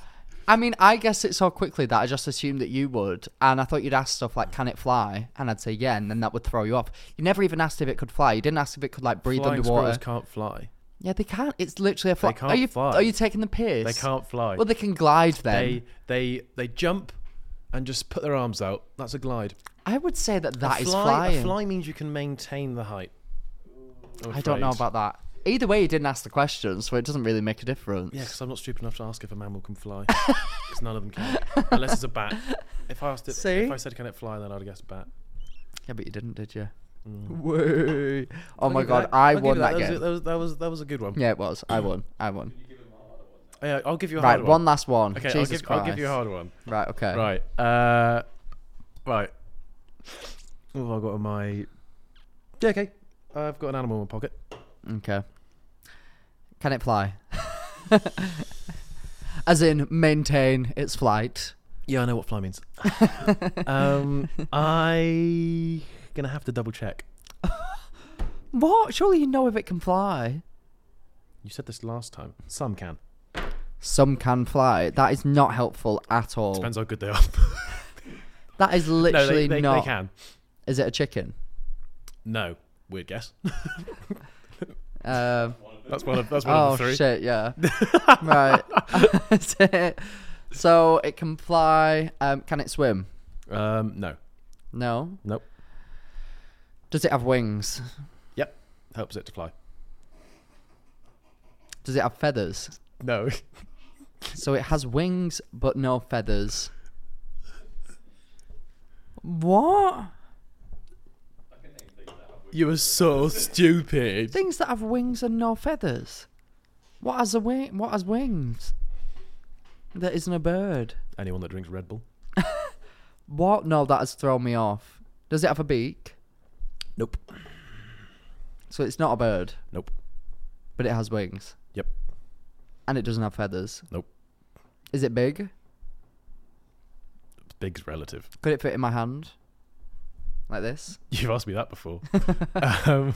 Speaker 1: I mean, I guess it so quickly that I just assumed that you would, and I thought you'd ask stuff like, "Can it fly?" and I'd say yeah, and then that would throw you off. You never even asked if it could fly. You didn't ask if it could like breathe
Speaker 2: flying squirrels
Speaker 1: underwater.
Speaker 2: can't fly.
Speaker 1: Yeah, they can't. It's literally a fly.
Speaker 2: can't
Speaker 1: are you
Speaker 2: fly.
Speaker 1: are you taking the piss?
Speaker 2: They can't fly.
Speaker 1: Well, they can glide then.
Speaker 2: they they they jump and just put their arms out. That's a glide.
Speaker 1: I would say that
Speaker 2: That
Speaker 1: that
Speaker 2: is
Speaker 1: is
Speaker 2: fly,
Speaker 1: flying.
Speaker 2: A fly means you can maintain the height. I'm
Speaker 1: I don't know
Speaker 2: afraid.
Speaker 1: about that. Either way, you didn't ask the question, so it doesn't really make a difference.
Speaker 2: Yeah, because I'm not stupid enough to ask if a mammal can fly.
Speaker 1: *laughs*
Speaker 2: Because none of them can, unless it's a bat. If I asked it,
Speaker 1: See?
Speaker 2: if I said can it fly, then I'd guess bat.
Speaker 1: Yeah, but you didn't, did you? *laughs* Woo. Oh my
Speaker 2: I'll give
Speaker 1: god,
Speaker 2: Mm. that-
Speaker 1: I
Speaker 2: I'll give
Speaker 1: won
Speaker 2: you
Speaker 1: that,
Speaker 2: that
Speaker 1: game.
Speaker 2: Was, that, was, that was that was a good one.
Speaker 1: Yeah, it was. I won. I won.
Speaker 2: Yeah, I'll give you a
Speaker 1: Right,
Speaker 2: hard
Speaker 1: one.
Speaker 2: one.
Speaker 1: last one.
Speaker 2: Okay,
Speaker 1: Jesus
Speaker 2: I'll give
Speaker 1: Christ.
Speaker 2: I'll give you a hard one.
Speaker 1: Right, okay.
Speaker 2: Right. Uh, right. What have I got in my? Yeah, okay. I've got an animal in my pocket.
Speaker 1: Okay. Can it fly? *laughs* As in, maintain its flight.
Speaker 2: Yeah, I know what
Speaker 1: *laughs*
Speaker 2: fly means. um, I gonna have to double check.
Speaker 1: What? Surely you know if it can fly.
Speaker 2: You said this last time. Some can.
Speaker 1: Oh. Some can fly. That is not helpful at all.
Speaker 2: Depends how good they are. *laughs*
Speaker 1: That is
Speaker 2: no,
Speaker 1: literally
Speaker 2: they, they,
Speaker 1: not.
Speaker 2: they can.
Speaker 1: Is it a chicken?
Speaker 2: No. Weird guess. *laughs*
Speaker 1: Um,
Speaker 2: That's one of that's one
Speaker 1: oh
Speaker 2: of the three.
Speaker 1: shit!
Speaker 2: *laughs*
Speaker 1: Yeah. right. That's it. so it can fly. Um, can it swim?
Speaker 2: Um, no.
Speaker 1: No.
Speaker 2: Nope.
Speaker 1: Does it have wings?
Speaker 2: Yep. Helps it to fly.
Speaker 1: Does it have feathers?
Speaker 2: No. *laughs*
Speaker 1: So it has wings but no feathers. What
Speaker 2: you are so stupid.
Speaker 1: things that have wings and no feathers? What has a wing? What has wings? That isn't a bird.
Speaker 2: Anyone that drinks Red Bull?
Speaker 1: What? No, that has thrown me off. Does it have a beak?
Speaker 2: Nope.
Speaker 1: So it's not a bird,
Speaker 2: Nope.
Speaker 1: but it has wings
Speaker 2: Yep.
Speaker 1: and it doesn't have feathers.
Speaker 2: Nope.
Speaker 1: Is it big?
Speaker 2: Big's relative. *laughs*
Speaker 1: Could it fit in my hand? Like this?
Speaker 2: You've asked me
Speaker 1: *laughs*
Speaker 2: that before. um,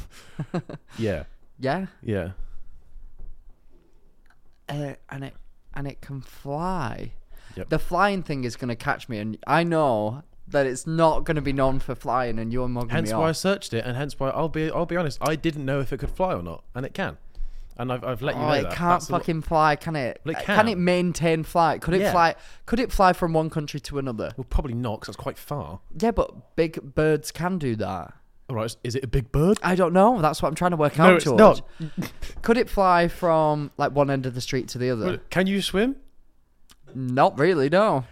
Speaker 2: yeah.
Speaker 1: Yeah.
Speaker 2: Yeah.
Speaker 1: Uh, and it and it can fly.
Speaker 2: Yep.
Speaker 1: The flying thing is gonna catch me, and I know that it's not going to be known for flying, and you're mugging
Speaker 2: Hence
Speaker 1: me
Speaker 2: why I
Speaker 1: off.
Speaker 2: searched it, and hence why I'll be I'll be honest. I didn't know if it could fly or not, and it can. And I've, I've let you
Speaker 1: Oh,
Speaker 2: know
Speaker 1: it
Speaker 2: that.
Speaker 1: can't
Speaker 2: That's a lot-
Speaker 1: fucking fly, can it?
Speaker 2: Well, it
Speaker 1: Uh,
Speaker 2: can.
Speaker 1: it maintain flight? Could it
Speaker 2: Yeah.
Speaker 1: fly? Could it fly from one country to another?
Speaker 2: well, probably not, because that's quite far.
Speaker 1: Yeah, but big birds can do that.
Speaker 2: All right, is it a big bird?
Speaker 1: I don't know. That's what I'm trying to work out.
Speaker 2: No, it's
Speaker 1: Oh, George.
Speaker 2: not.
Speaker 1: Could it fly from like one end of the street to the other?
Speaker 2: Can you swim?
Speaker 1: Not really. No.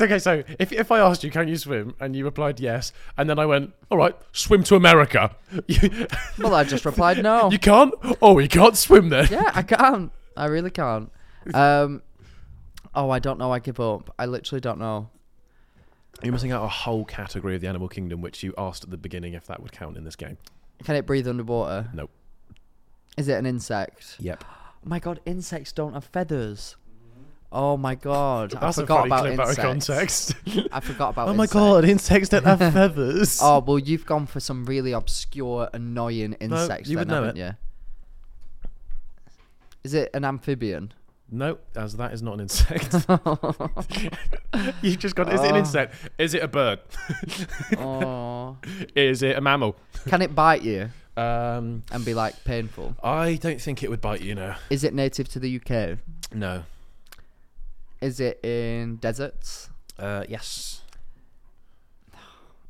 Speaker 2: Okay, so if, if I asked you, can you swim, and you replied yes, and then I went, all right, swim to America. *laughs* You,
Speaker 1: Well, I just replied no.
Speaker 2: *laughs* you can't? Oh, you can't swim then.
Speaker 1: *laughs* yeah, I can't. I really can't. Um, oh, I don't know. I give up. I literally don't know.
Speaker 2: You're missing out a whole category of the animal kingdom, which you asked at the beginning if that would count in this game.
Speaker 1: Can it breathe underwater?
Speaker 2: Nope.
Speaker 1: Is it an insect?
Speaker 2: Yep.
Speaker 1: Oh my god, insects don't have feathers. Oh my god,
Speaker 2: *laughs* That's
Speaker 1: I
Speaker 2: a
Speaker 1: forgot
Speaker 2: funny
Speaker 1: about
Speaker 2: clip
Speaker 1: insects.
Speaker 2: out of *laughs* context.
Speaker 1: I forgot about.
Speaker 2: oh my
Speaker 1: insects.
Speaker 2: god, insects don't have *laughs* feathers.
Speaker 1: Oh well, you've gone for some really obscure, annoying insects.
Speaker 2: you
Speaker 1: then,
Speaker 2: would know
Speaker 1: haven't
Speaker 2: it.
Speaker 1: you? Is it an amphibian?
Speaker 2: *laughs* No, as that is not an *laughs* insect. you just got. Is it an insect? Is it a bird? *laughs*
Speaker 1: Oh,
Speaker 2: Is it a mammal?
Speaker 1: can it bite you
Speaker 2: Um,
Speaker 1: and be like painful?
Speaker 2: I don't think it would bite you. No,
Speaker 1: Is it native to the UK?
Speaker 2: no.
Speaker 1: Is it in deserts?
Speaker 2: Uh, yes.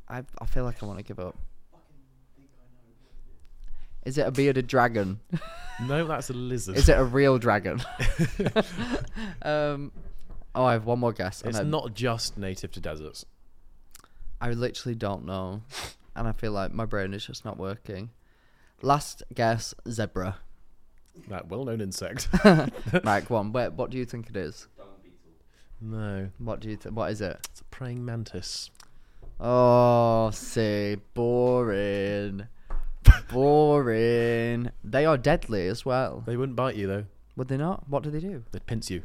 Speaker 1: I I feel like I want to give up. Is it a bearded dragon?
Speaker 2: No, that's a lizard.
Speaker 1: Is it a real
Speaker 2: *laughs*
Speaker 1: dragon? *laughs* um, oh, I have one more guess. and
Speaker 2: It's
Speaker 1: then-
Speaker 2: not just native to deserts.
Speaker 1: I literally don't know, and I feel like my brain is just not working. Last guess,
Speaker 2: *laughs*
Speaker 1: zebra.
Speaker 2: That
Speaker 1: *laughs*
Speaker 2: well-known insect.
Speaker 1: Right, go on. Wait, what do you think it is?
Speaker 2: no,
Speaker 1: What do you think? What is it?
Speaker 2: it's a praying mantis.
Speaker 1: Oh, see,
Speaker 2: *laughs*
Speaker 1: boring, boring. They are deadly as well.
Speaker 2: They wouldn't bite you though.
Speaker 1: Would they not? What do they do?
Speaker 2: They'd pinch you.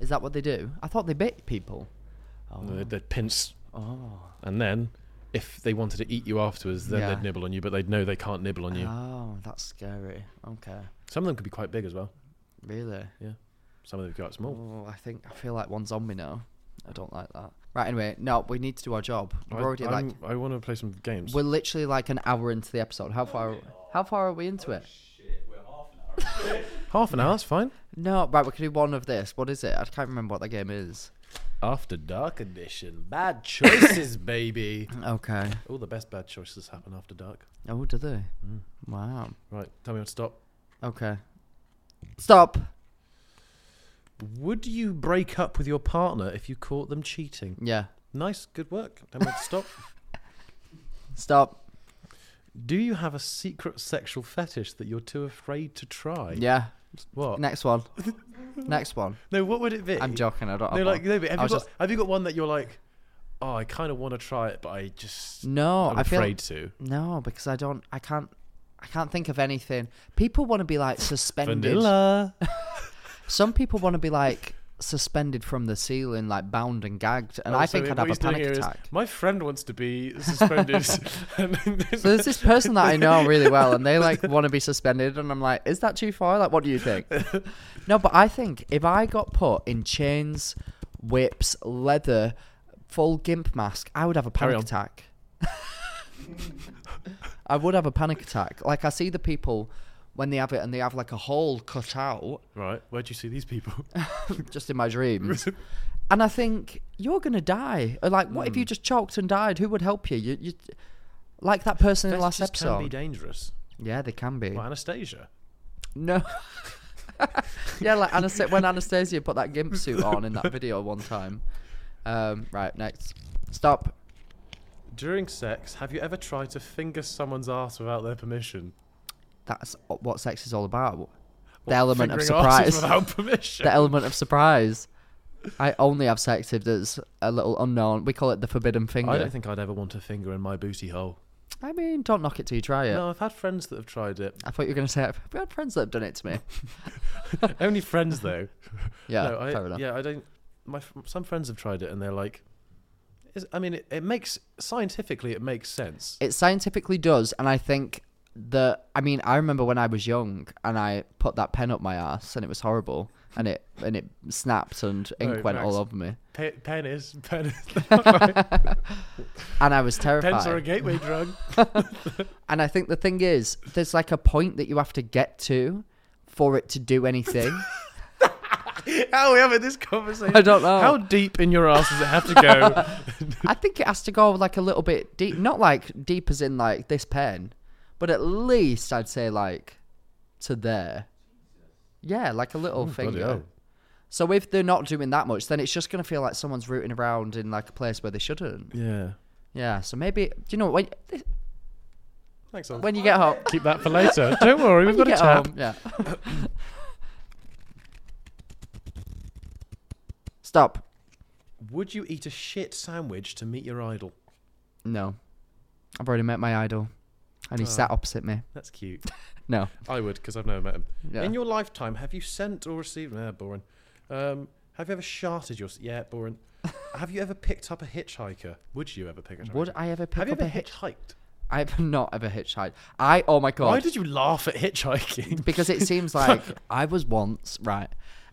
Speaker 1: Is that what they do? I thought they bit people.
Speaker 2: They'd, they'd pinch. Oh. And then, if they wanted to eat you afterwards, then
Speaker 1: Yeah.
Speaker 2: they'd nibble on you. But they'd know they can't nibble on you.
Speaker 1: Oh, that's scary. Okay,
Speaker 2: Some of them could be quite big as well.
Speaker 1: really.
Speaker 2: Yeah. Some of them could be quite small.
Speaker 1: Oh, I think I feel like one zombie now. I don't like that. Right, anyway, no, we need to do our job. We're already
Speaker 2: I,
Speaker 1: like
Speaker 2: I'm- I want to play some games.
Speaker 1: We're literally like an hour into the episode. How far? How far are we into it?
Speaker 2: Half an hour's fine.
Speaker 1: No, right. We can do one of this. What is it? I can't remember what that game is.
Speaker 2: After Dark Edition.
Speaker 1: *laughs*
Speaker 2: Bad choices, baby.
Speaker 1: Okay.
Speaker 2: All the best bad choices happen after dark.
Speaker 1: Oh, do they?
Speaker 2: Hmm.
Speaker 1: Wow.
Speaker 2: Right, tell me when to stop.
Speaker 1: Okay. Stop.
Speaker 2: Would you break up with your partner if you caught them cheating?
Speaker 1: Yeah.
Speaker 2: Nice, good work. Tell me when to
Speaker 1: *laughs*
Speaker 2: stop.
Speaker 1: Stop.
Speaker 2: Do you have a secret sexual fetish that you're too afraid to try?
Speaker 1: Yeah.
Speaker 2: What?
Speaker 1: Next
Speaker 2: *laughs*
Speaker 1: one. Next one.
Speaker 2: No, what would it be?
Speaker 1: I'm joking. I don't.
Speaker 2: No,
Speaker 1: have
Speaker 2: like,
Speaker 1: one.
Speaker 2: no, but have,
Speaker 1: I
Speaker 2: you got,
Speaker 1: was just-
Speaker 2: have you got one that you're like, oh, I kind of want to try it, but I just.
Speaker 1: No,
Speaker 2: I'm
Speaker 1: I feel-
Speaker 2: afraid to.
Speaker 1: No, because I don't. I can't. I can't think of anything. People want to be like suspended.
Speaker 2: Vanilla.
Speaker 1: Some people want to be like suspended from the ceiling, like bound and gagged, and
Speaker 2: Oh,
Speaker 1: I
Speaker 2: so
Speaker 1: think I'd
Speaker 2: what
Speaker 1: have a
Speaker 2: he's doing
Speaker 1: panic
Speaker 2: here is,
Speaker 1: attack.
Speaker 2: my friend wants to be
Speaker 1: *laughs*
Speaker 2: suspended. *laughs* And then-
Speaker 1: So there's this person that I
Speaker 2: *laughs*
Speaker 1: know really well, and they like want to be suspended, and I'm like, is that too far? Like, what do you
Speaker 2: *laughs*
Speaker 1: think? no, but I think if I got put in chains, whips, leather, full gimp mask, I would have a
Speaker 2: Carry
Speaker 1: panic
Speaker 2: on.
Speaker 1: attack. *laughs* I would have a panic attack. Like I see the people when they have it, and they have like a hole cut out,
Speaker 2: right, where'd you see these people?
Speaker 1: just in my
Speaker 2: *laughs*
Speaker 1: dreams. and I think you're gonna die. Or like, what if
Speaker 2: Hmm.
Speaker 1: you just choked and died? Who would help you? You, you like that person in *laughs* the last
Speaker 2: Fetishes
Speaker 1: episode.
Speaker 2: can be dangerous.
Speaker 1: Yeah, they can be.
Speaker 2: Like Anastasia.
Speaker 1: No. *laughs* yeah, like Anast- when Anastasia put that gimp
Speaker 2: *laughs*
Speaker 1: suit on in that video one time. Um, right, next. Stop.
Speaker 2: During sex, have you ever tried to finger someone's ass without their permission?
Speaker 1: That's o- what sex is all about. The
Speaker 2: Or
Speaker 1: element of
Speaker 2: fingering asses
Speaker 1: surprise.
Speaker 2: *laughs* Without permission.
Speaker 1: The element of surprise. I only have sex if there's a little unknown. We call it the forbidden finger.
Speaker 2: I don't think I'd ever want a finger in my booty hole.
Speaker 1: I mean, don't knock it till you try it.
Speaker 2: No, I've had friends that have tried it. *laughs*
Speaker 1: I thought you were going to say, I've I've had friends that have done it to me.
Speaker 2: Only friends though.
Speaker 1: *laughs* Yeah,
Speaker 2: no, I,
Speaker 1: fair enough.
Speaker 2: Yeah, I don't. My f- some friends have tried it and they're like, is, I mean, it, it makes scientifically it makes sense.
Speaker 1: It scientifically does, and I think the I mean, I remember when I was young and I put that pen up my ass and it was horrible and it and it snapped and
Speaker 2: *laughs*
Speaker 1: ink
Speaker 2: Right,
Speaker 1: went all
Speaker 2: Max.
Speaker 1: over me
Speaker 2: Pe- penis, *laughs* penis.
Speaker 1: and I was terrified.
Speaker 2: Pens are a gateway drug.
Speaker 1: *laughs*
Speaker 2: *laughs*
Speaker 1: And I think the thing is, there's like a point that you have to get to for it to do
Speaker 2: *laughs*
Speaker 1: anything.
Speaker 2: How are we having this conversation?
Speaker 1: I don't know.
Speaker 2: How deep in your ass does it have
Speaker 1: *laughs*
Speaker 2: to go?
Speaker 1: I think it has to go like a little bit deep, not like deep as in like this pen, but at least I'd say like to there. Yeah, like a little
Speaker 2: Oh, bloody
Speaker 1: finger.
Speaker 2: hell.
Speaker 1: So if they're not doing that much, then it's just gonna feel like someone's rooting around in like a place where they shouldn't.
Speaker 2: yeah.
Speaker 1: Yeah. So maybe do you know when
Speaker 2: Thanks, Oz.
Speaker 1: when you get
Speaker 2: *laughs*
Speaker 1: home,
Speaker 2: Keep that
Speaker 1: *laughs*
Speaker 2: for later. Don't worry, we've
Speaker 1: you
Speaker 2: got a
Speaker 1: get
Speaker 2: tap.
Speaker 1: home, yeah. *coughs* Stop.
Speaker 2: Would you eat a shit sandwich to meet your idol?
Speaker 1: No, I've already met my idol, and he
Speaker 2: Oh.
Speaker 1: sat opposite me.
Speaker 2: That's cute.
Speaker 1: No.
Speaker 2: *laughs* I would, because I've never met him.
Speaker 1: Yeah.
Speaker 2: In your lifetime, have you sent or received? Nah, boring. Um, have you ever sharted your? Yeah,
Speaker 1: *laughs*
Speaker 2: boring. have you ever picked up a hitchhiker? Would you ever pick a?
Speaker 1: Would I ever pick
Speaker 2: have you
Speaker 1: up
Speaker 2: ever
Speaker 1: a hitch-
Speaker 2: hitchhiked?
Speaker 1: I've not ever hitchhiked. I oh my god.
Speaker 2: Why did you laugh at hitchhiking? *laughs*
Speaker 1: because it seems like I was once right.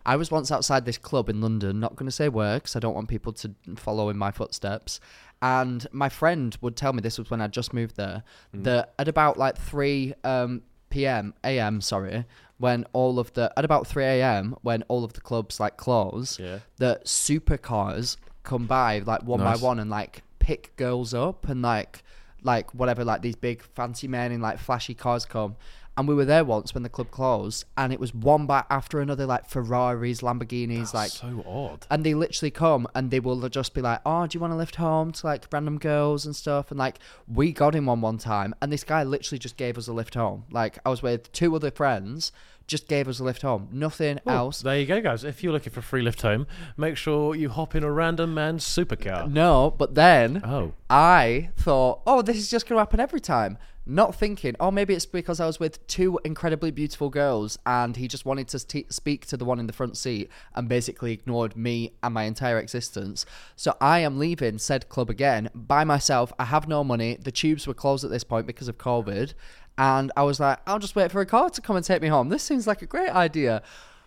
Speaker 1: I was once outside this club in London. Not going to say where, because I don't want people to follow in my footsteps. And my friend would tell me this was when I just moved there.
Speaker 2: Hmm.
Speaker 1: That at about like three um, p.m. a.m. Sorry, when all of the at about three a.m. when all of the clubs like close,
Speaker 2: Yeah.
Speaker 1: that supercars come by like one
Speaker 2: Nice.
Speaker 1: by one and like pick girls up and like like whatever like these big fancy men in like flashy cars come and we were there once when the club closed and it was one back after another like ferraris lamborghinis like
Speaker 2: so odd.
Speaker 1: and they literally come and they will just be like, "Oh, do you want to lift home to like random girls and stuff?" And like we got him on one time, and this guy literally just gave us a lift home. Like I was with two other friends, just gave us a lift home, nothing else.
Speaker 2: There you go, guys. If you're looking for a free lift home, make sure you hop in a random man's supercar.
Speaker 1: No, but then
Speaker 2: Oh.
Speaker 1: I thought, "Oh, this is just going to happen every time." Not thinking, oh, maybe it's because I was with two incredibly beautiful girls and he just wanted to t- speak to the one in the front seat and basically ignored me and my entire existence. So I am leaving said club again by myself. I have no money. The tubes were closed at this point because of COVID. And I was like, I'll just wait for a car to come and take me home. This seems like a great idea.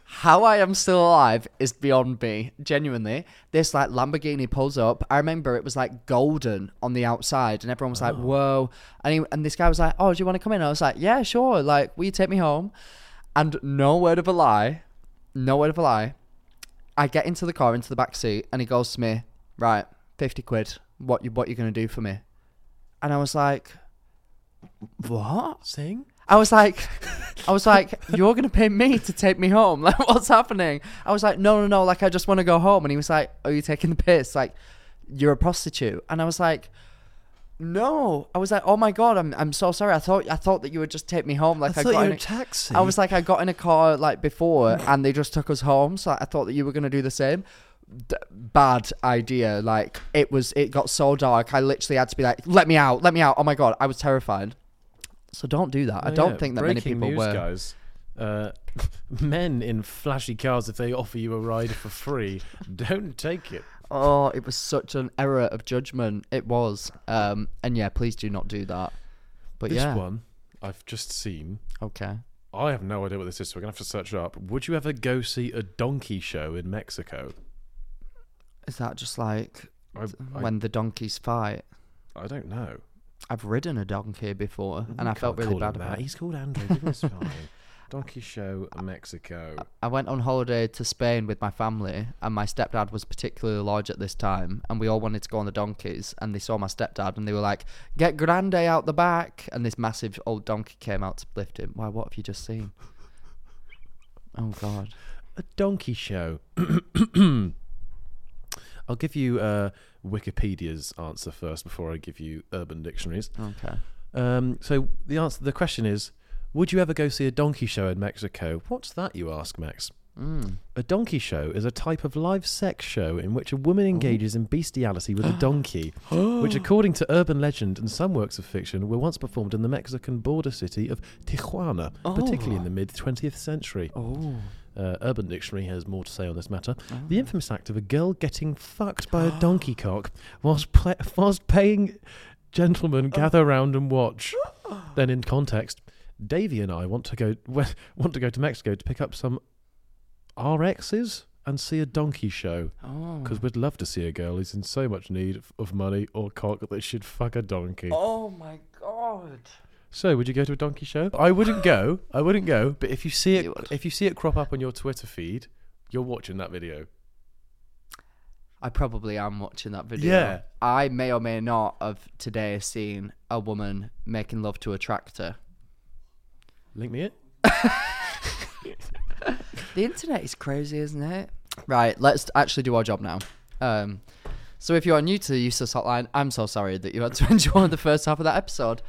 Speaker 1: How I am still alive is beyond me, genuinely. This like Lamborghini pulls up. I remember it was like golden on the outside, and everyone was like, "Whoa!" And he, and this guy was like, "Oh, do you want to come in?" I was like, "Yeah, sure." Like, will you take me home? And no word of a lie, no word of a lie. I get into the car, into the back seat, and he goes to me, "Right, fifty quid. What you what you gonna do for me?" And I was like, "What?"
Speaker 2: Sing?
Speaker 1: I was like, I was like, you're gonna pay me to take me home? *laughs* Like, what's happening? I was like, no, no, no. Like, I just want to go home. And he was like, are you taking the piss? Like, you're a prostitute. And I was like, no. I was like, oh my god, I'm, I'm so sorry. I thought, I thought that you would just take me home. Like, I,
Speaker 2: thought
Speaker 1: got
Speaker 2: you
Speaker 1: in
Speaker 2: were a taxi.
Speaker 1: I was like, I got in a car like before,
Speaker 2: Mm.
Speaker 1: and they just took us home. So I thought that you were gonna do the same. D- bad idea. Like, it was, it got so dark. I literally had to be like, let me out, let me out. Oh my god, I was terrified. So don't do that. I
Speaker 2: Oh,
Speaker 1: don't
Speaker 2: yeah,
Speaker 1: think that many
Speaker 2: breaking
Speaker 1: people
Speaker 2: news,
Speaker 1: were.
Speaker 2: Guys, uh, *laughs* men in flashy cars, if they offer you a ride
Speaker 1: *laughs*
Speaker 2: for free, don't take it.
Speaker 1: Oh, it was such an error of judgment. It was. Um, and yeah, please do not do that. But
Speaker 2: This
Speaker 1: yeah,
Speaker 2: one I've just seen.
Speaker 1: okay.
Speaker 2: I have no idea what this is, so we're gonna have to search it up. Would you ever go see a donkey show in Mexico?
Speaker 1: Is that just like
Speaker 2: I, I,
Speaker 1: when the donkeys fight?
Speaker 2: I don't know.
Speaker 1: I've ridden a donkey before, and I felt
Speaker 2: Can't
Speaker 1: really
Speaker 2: call him
Speaker 1: bad about
Speaker 2: that.
Speaker 1: it.
Speaker 2: He's called Andrew. give him his fine.
Speaker 1: *laughs*
Speaker 2: Donkey show, Mexico.
Speaker 1: I went on holiday to Spain with my family, and my stepdad was particularly large at this time, and we all wanted to go on the donkeys, and they saw my stepdad, and they were like, "Get Grande out the back!" And this massive old donkey came out to lift him. Why? What have you just *laughs* seen? Oh God!
Speaker 2: a
Speaker 1: *coughs*
Speaker 2: donkey show. I'll give you uh, Wikipedia's answer first before I give you Urban Dictionaries.
Speaker 1: Okay.
Speaker 2: Um, so the answer, the question is, would you ever go see a donkey show in Mexico? What's that, you ask, Max?
Speaker 1: Mm.
Speaker 2: A donkey show is a type of live sex show in which a woman engages in bestiality with a donkey, which, according to urban legend and some works of fiction, were once performed in the Mexican border city of Tijuana, particularly in the mid 20th century. Uh, Urban Dictionary has more to say on this matter. The infamous act of a girl getting fucked by a donkey cock whilst, pla whilst paying gentlemen gather round and watch. Then, in context, Davy and I want to go *laughs* want to go to Mexico to pick up some RXs and see a donkey show
Speaker 1: Oh.
Speaker 2: because we'd love to see a girl who's in so much need of- of money or cock that she'd fuck a donkey.
Speaker 1: Oh my god.
Speaker 2: So, would you go to a donkey show? I wouldn't go. I wouldn't go. But if you see it,
Speaker 1: You would.
Speaker 2: if you see it crop up on your Twitter feed, you're watching that video.
Speaker 1: I probably am watching that video.
Speaker 2: Yeah.
Speaker 1: I may or may not have today seen a woman making love to a tractor.
Speaker 2: Link me it.
Speaker 1: The internet is crazy, isn't it? Right, let's actually do our job now. Um, so if you are new to the USOS hotline, I'm so sorry that you had to *laughs* endure the first half of that episode.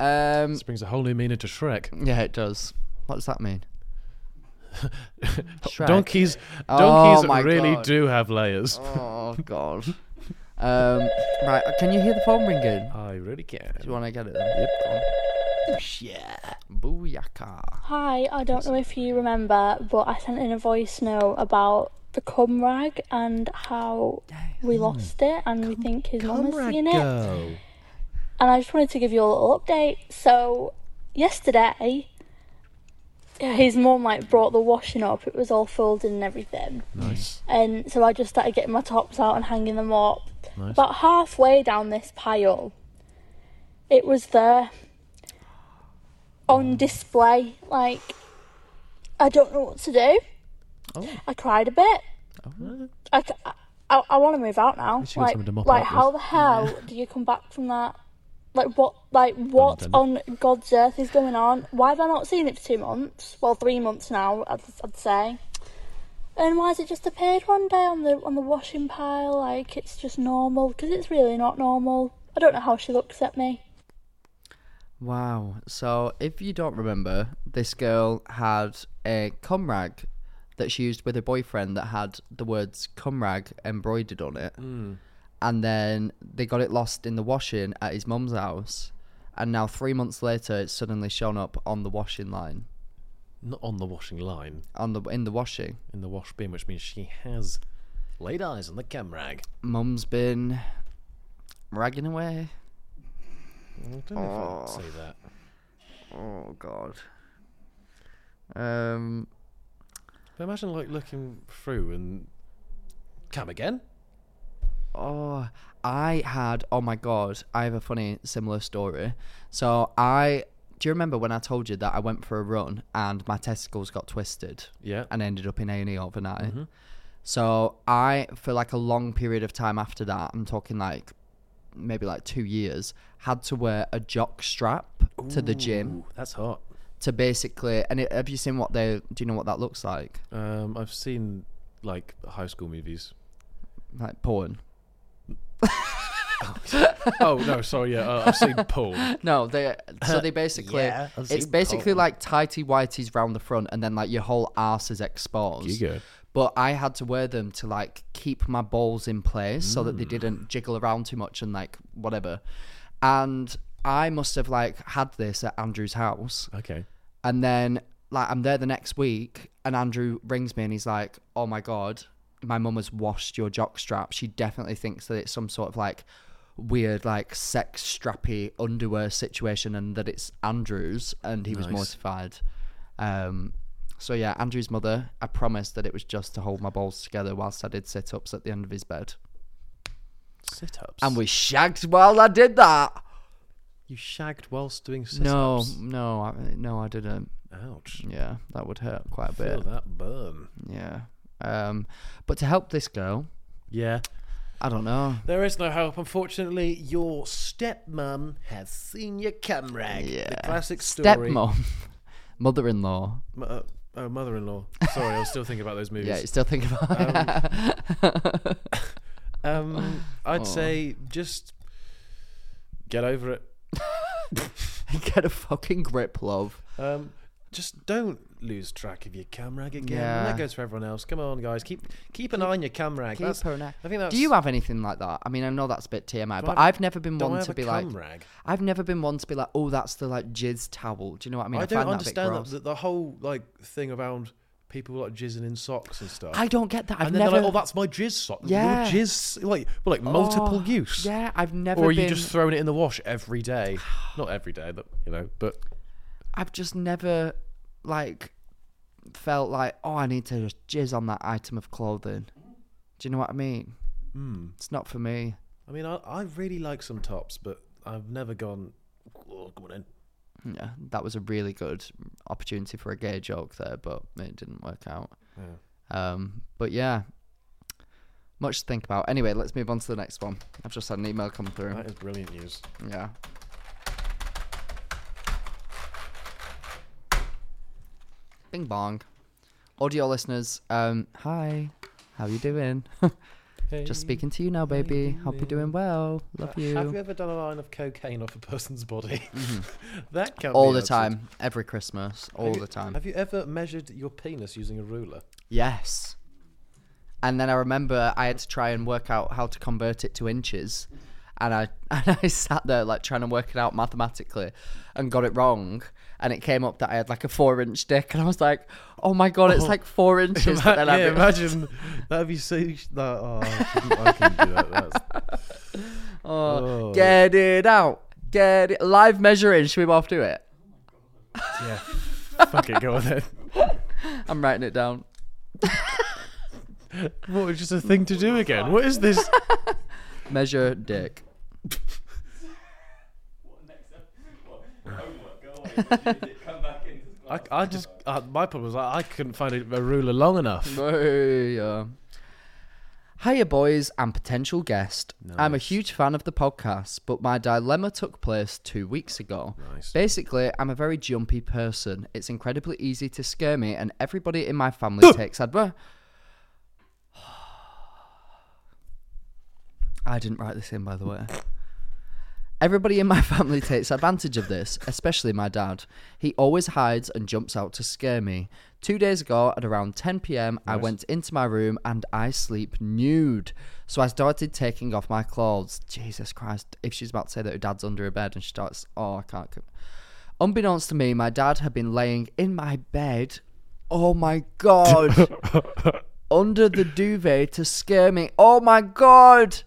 Speaker 1: Um,
Speaker 2: This brings a whole new meaning to Shrek.
Speaker 1: yeah, it does. What does that *laughs* mean? Shrek.
Speaker 2: Donkeys,
Speaker 1: Oh
Speaker 2: donkeys
Speaker 1: my
Speaker 2: really
Speaker 1: God.
Speaker 2: do have layers.
Speaker 1: Oh god. Um, right, can you hear the phone ringing?
Speaker 2: I really can.
Speaker 1: Do you want to get it then? Yep. Booyaka.
Speaker 4: Hi, I don't know if you remember, but I sent in a voice note about the cum rag and how we lost it and we think his mum has seen it.
Speaker 2: Go.
Speaker 4: And I just wanted to give you a little update. So, yesterday, his mum like brought the washing up. It was all folded and everything.
Speaker 2: Nice.
Speaker 4: And so I just started getting my tops out and hanging them up.
Speaker 2: Nice.
Speaker 4: About halfway down this pile, it was there on display. Like, I don't know what to do.
Speaker 2: Oh.
Speaker 4: I cried a bit. I, c- I, want to move out now.
Speaker 2: least you got
Speaker 4: Like,
Speaker 2: something to mop it
Speaker 4: like
Speaker 2: up
Speaker 4: how
Speaker 2: with.
Speaker 4: the hell do you come back from that? Like what? Like what on God's earth is going on? Why have I not seen it for two months? Well, three months now, I'd, I'd say. And why has it just appeared one day on the on the washing pile? Like it's just normal because it's really not normal. I don't know how she looks at me.
Speaker 1: Wow. So, if you don't remember, this girl had a cum rag that she used with her boyfriend that had the words cum rag embroidered on it. And then they got it lost in the washing at his mum's house. And now, three months later, it's suddenly shown up on the washing line,
Speaker 2: Not on the washing line
Speaker 1: on the in the washing.
Speaker 2: in the wash bin, which means she has laid eyes on the chem rag.
Speaker 1: Mum's been ragging away.
Speaker 2: I don't know if I'd say that.
Speaker 1: Oh, God. Um,
Speaker 2: But imagine like looking through and come again.
Speaker 1: Oh, I had. Oh my god, I have a funny similar story. So I do you remember when I told you that I went for a run and my testicles got twisted?
Speaker 2: Yeah.
Speaker 1: and ended up in A and E overnight. So I, for like a long period of time after that, I'm talking like maybe like two years, had to wear a jock strap to the gym
Speaker 2: Ooh, that's hot.
Speaker 1: to basically. And it, have you seen what they? Do you know what that looks like?
Speaker 2: Um, I've seen like high school movies.
Speaker 1: Like porn.
Speaker 2: oh no, sorry. Yeah, uh, I've seen porn.
Speaker 1: *laughs* No, they so they basically
Speaker 2: *laughs* Yeah, I've
Speaker 1: it's
Speaker 2: seen
Speaker 1: basically
Speaker 2: Poland.
Speaker 1: like tighty whities round the front, and then like your whole ass is exposed.
Speaker 2: Giga.
Speaker 1: But I had to wear them to like keep my balls in place so
Speaker 2: Mm.
Speaker 1: that they didn't jiggle around too much and like whatever. And I must have like had this at Andrew's house,
Speaker 2: Okay.
Speaker 1: and then like I'm there the next week, and Andrew rings me and he's like, "Oh my god, my mum has washed your jock strap. She definitely thinks that it's some sort of like weird like sex strappy underwear situation, and that it's Andrew's." And he was mortified. Um, so yeah, Andrew's mother. I promised that it was just to hold my balls together whilst I did sit ups at the end of his bed,
Speaker 2: Sit ups.
Speaker 1: and we shagged while I did that.
Speaker 2: you shagged whilst doing sit
Speaker 1: No,
Speaker 2: ups.
Speaker 1: no, I, no, I didn't.
Speaker 2: Ouch.
Speaker 1: Yeah, that would hurt quite a bit.
Speaker 2: Feel that burn.
Speaker 1: Yeah. Um, but to help this girl,
Speaker 2: Yeah.
Speaker 1: I don't know.
Speaker 2: There is no help, unfortunately. Your stepmum has seen your cum rag. The classic story.
Speaker 1: Stepmom, *laughs* mother-in-law.
Speaker 2: M- uh, oh, mother-in-law. Sorry, I was still thinking about those movies.
Speaker 1: Yeah, you still thinking about it. *laughs*
Speaker 2: *laughs* Um, I'd
Speaker 1: Oh.
Speaker 2: say just get over it.
Speaker 1: Get a fucking grip, love.
Speaker 2: Um, just don't lose track of your cum rag again.
Speaker 1: Yeah.
Speaker 2: That goes for everyone else. Come on, guys, keep keep an eye on your cum rag.
Speaker 1: Keep
Speaker 2: That's-
Speaker 1: her neck.
Speaker 2: I think that's.
Speaker 1: Do you have anything like that? I mean, I know that's a bit TMI, but
Speaker 2: I have-
Speaker 1: I've never been
Speaker 2: do I
Speaker 1: one
Speaker 2: have
Speaker 1: to
Speaker 2: a
Speaker 1: be
Speaker 2: cum
Speaker 1: like.
Speaker 2: rag?
Speaker 1: I've never been one to be like, oh, that's the like jizz towel. Do you know what I mean?
Speaker 2: I,
Speaker 1: I,
Speaker 2: don't
Speaker 1: find that. a
Speaker 2: understand
Speaker 1: bit
Speaker 2: that,
Speaker 1: gross.
Speaker 2: the, the whole like thing around people like jizzing in socks and stuff.
Speaker 1: I don't get that. I've
Speaker 2: and then
Speaker 1: never.
Speaker 2: they're like, "Oh, that's my jizz sock."
Speaker 1: Yeah.
Speaker 2: Your jizz, like, well, like multiple
Speaker 1: Oh,
Speaker 2: use.
Speaker 1: Yeah, I've never.
Speaker 2: Or are
Speaker 1: been... *sighs*
Speaker 2: you just throwing it in the wash every day? Not every day, but you know. But
Speaker 1: I've just never like felt like oh I need to just jizz on that item of clothing. Do you know what I mean? Mm. It's not for me.
Speaker 2: I mean, I, I really like some tops, but I've never gone. Oh, come on in.
Speaker 1: Yeah, that was a really good opportunity for a gay joke there, but it didn't work out. Um, but yeah, much to think about. Anyway, let's move on to the next one. I've just had an email come through.
Speaker 2: That is brilliant news.
Speaker 1: Yeah. Bing bong. Audio listeners, um, hi. How you doing? *laughs* Just speaking to you now, baby. Hope you're doing well. Love you. Mm-hmm.
Speaker 2: Have you ever done a line of cocaine off a
Speaker 1: *laughs*
Speaker 2: person's body? *laughs* that can't
Speaker 1: all
Speaker 2: be
Speaker 1: the
Speaker 2: helped.
Speaker 1: time, every Christmas, all
Speaker 2: Have you-
Speaker 1: the time.
Speaker 2: Have you ever measured your penis using a ruler?
Speaker 1: Yes. And then I remember I had to try and work out how to convert it to inches. And I *laughs* and I sat there like trying to work it out mathematically and got it wrong. And it came up that I had like a four inch dick and I was like, Oh my god, it's like four inches.
Speaker 2: *laughs*
Speaker 1: But then I
Speaker 2: yeah,
Speaker 1: realised-
Speaker 2: imagine that'd be so. That, oh, I couldn't, I couldn't do that. That's,
Speaker 1: Oh, Get it out. Get it live measuring. Should we both do it?
Speaker 2: yeah,
Speaker 1: *laughs*
Speaker 2: fuck it, go on then.
Speaker 1: I'm writing it down.
Speaker 2: What, it's just a thing to do again? What is this?
Speaker 1: Measure dick.
Speaker 3: Come back in.
Speaker 2: I, I just uh, my problem was I, I couldn't find a, a ruler long
Speaker 1: *laughs*
Speaker 2: enough.
Speaker 1: Hey, uh. Hiya, boys and potential guest. I'm a huge fan of the podcast, but my dilemma took place two weeks ago. Basically, I'm a very jumpy person. It's incredibly easy to scare me, and everybody in my family takes advice. *sighs* I didn't write this in, by the way. Everybody in my *laughs* family takes advantage of this, especially my dad. He always hides and jumps out to scare me. Two days ago, at around 10 pm, I went into my room and I sleep nude. So I started taking off my clothes. Jesus Christ, if she's about to say that her dad's under her bed and she starts, oh, I can't. co- Unbeknownst to me, my dad had been laying in my bed. Oh my God. under the duvet to scare me. Oh my God.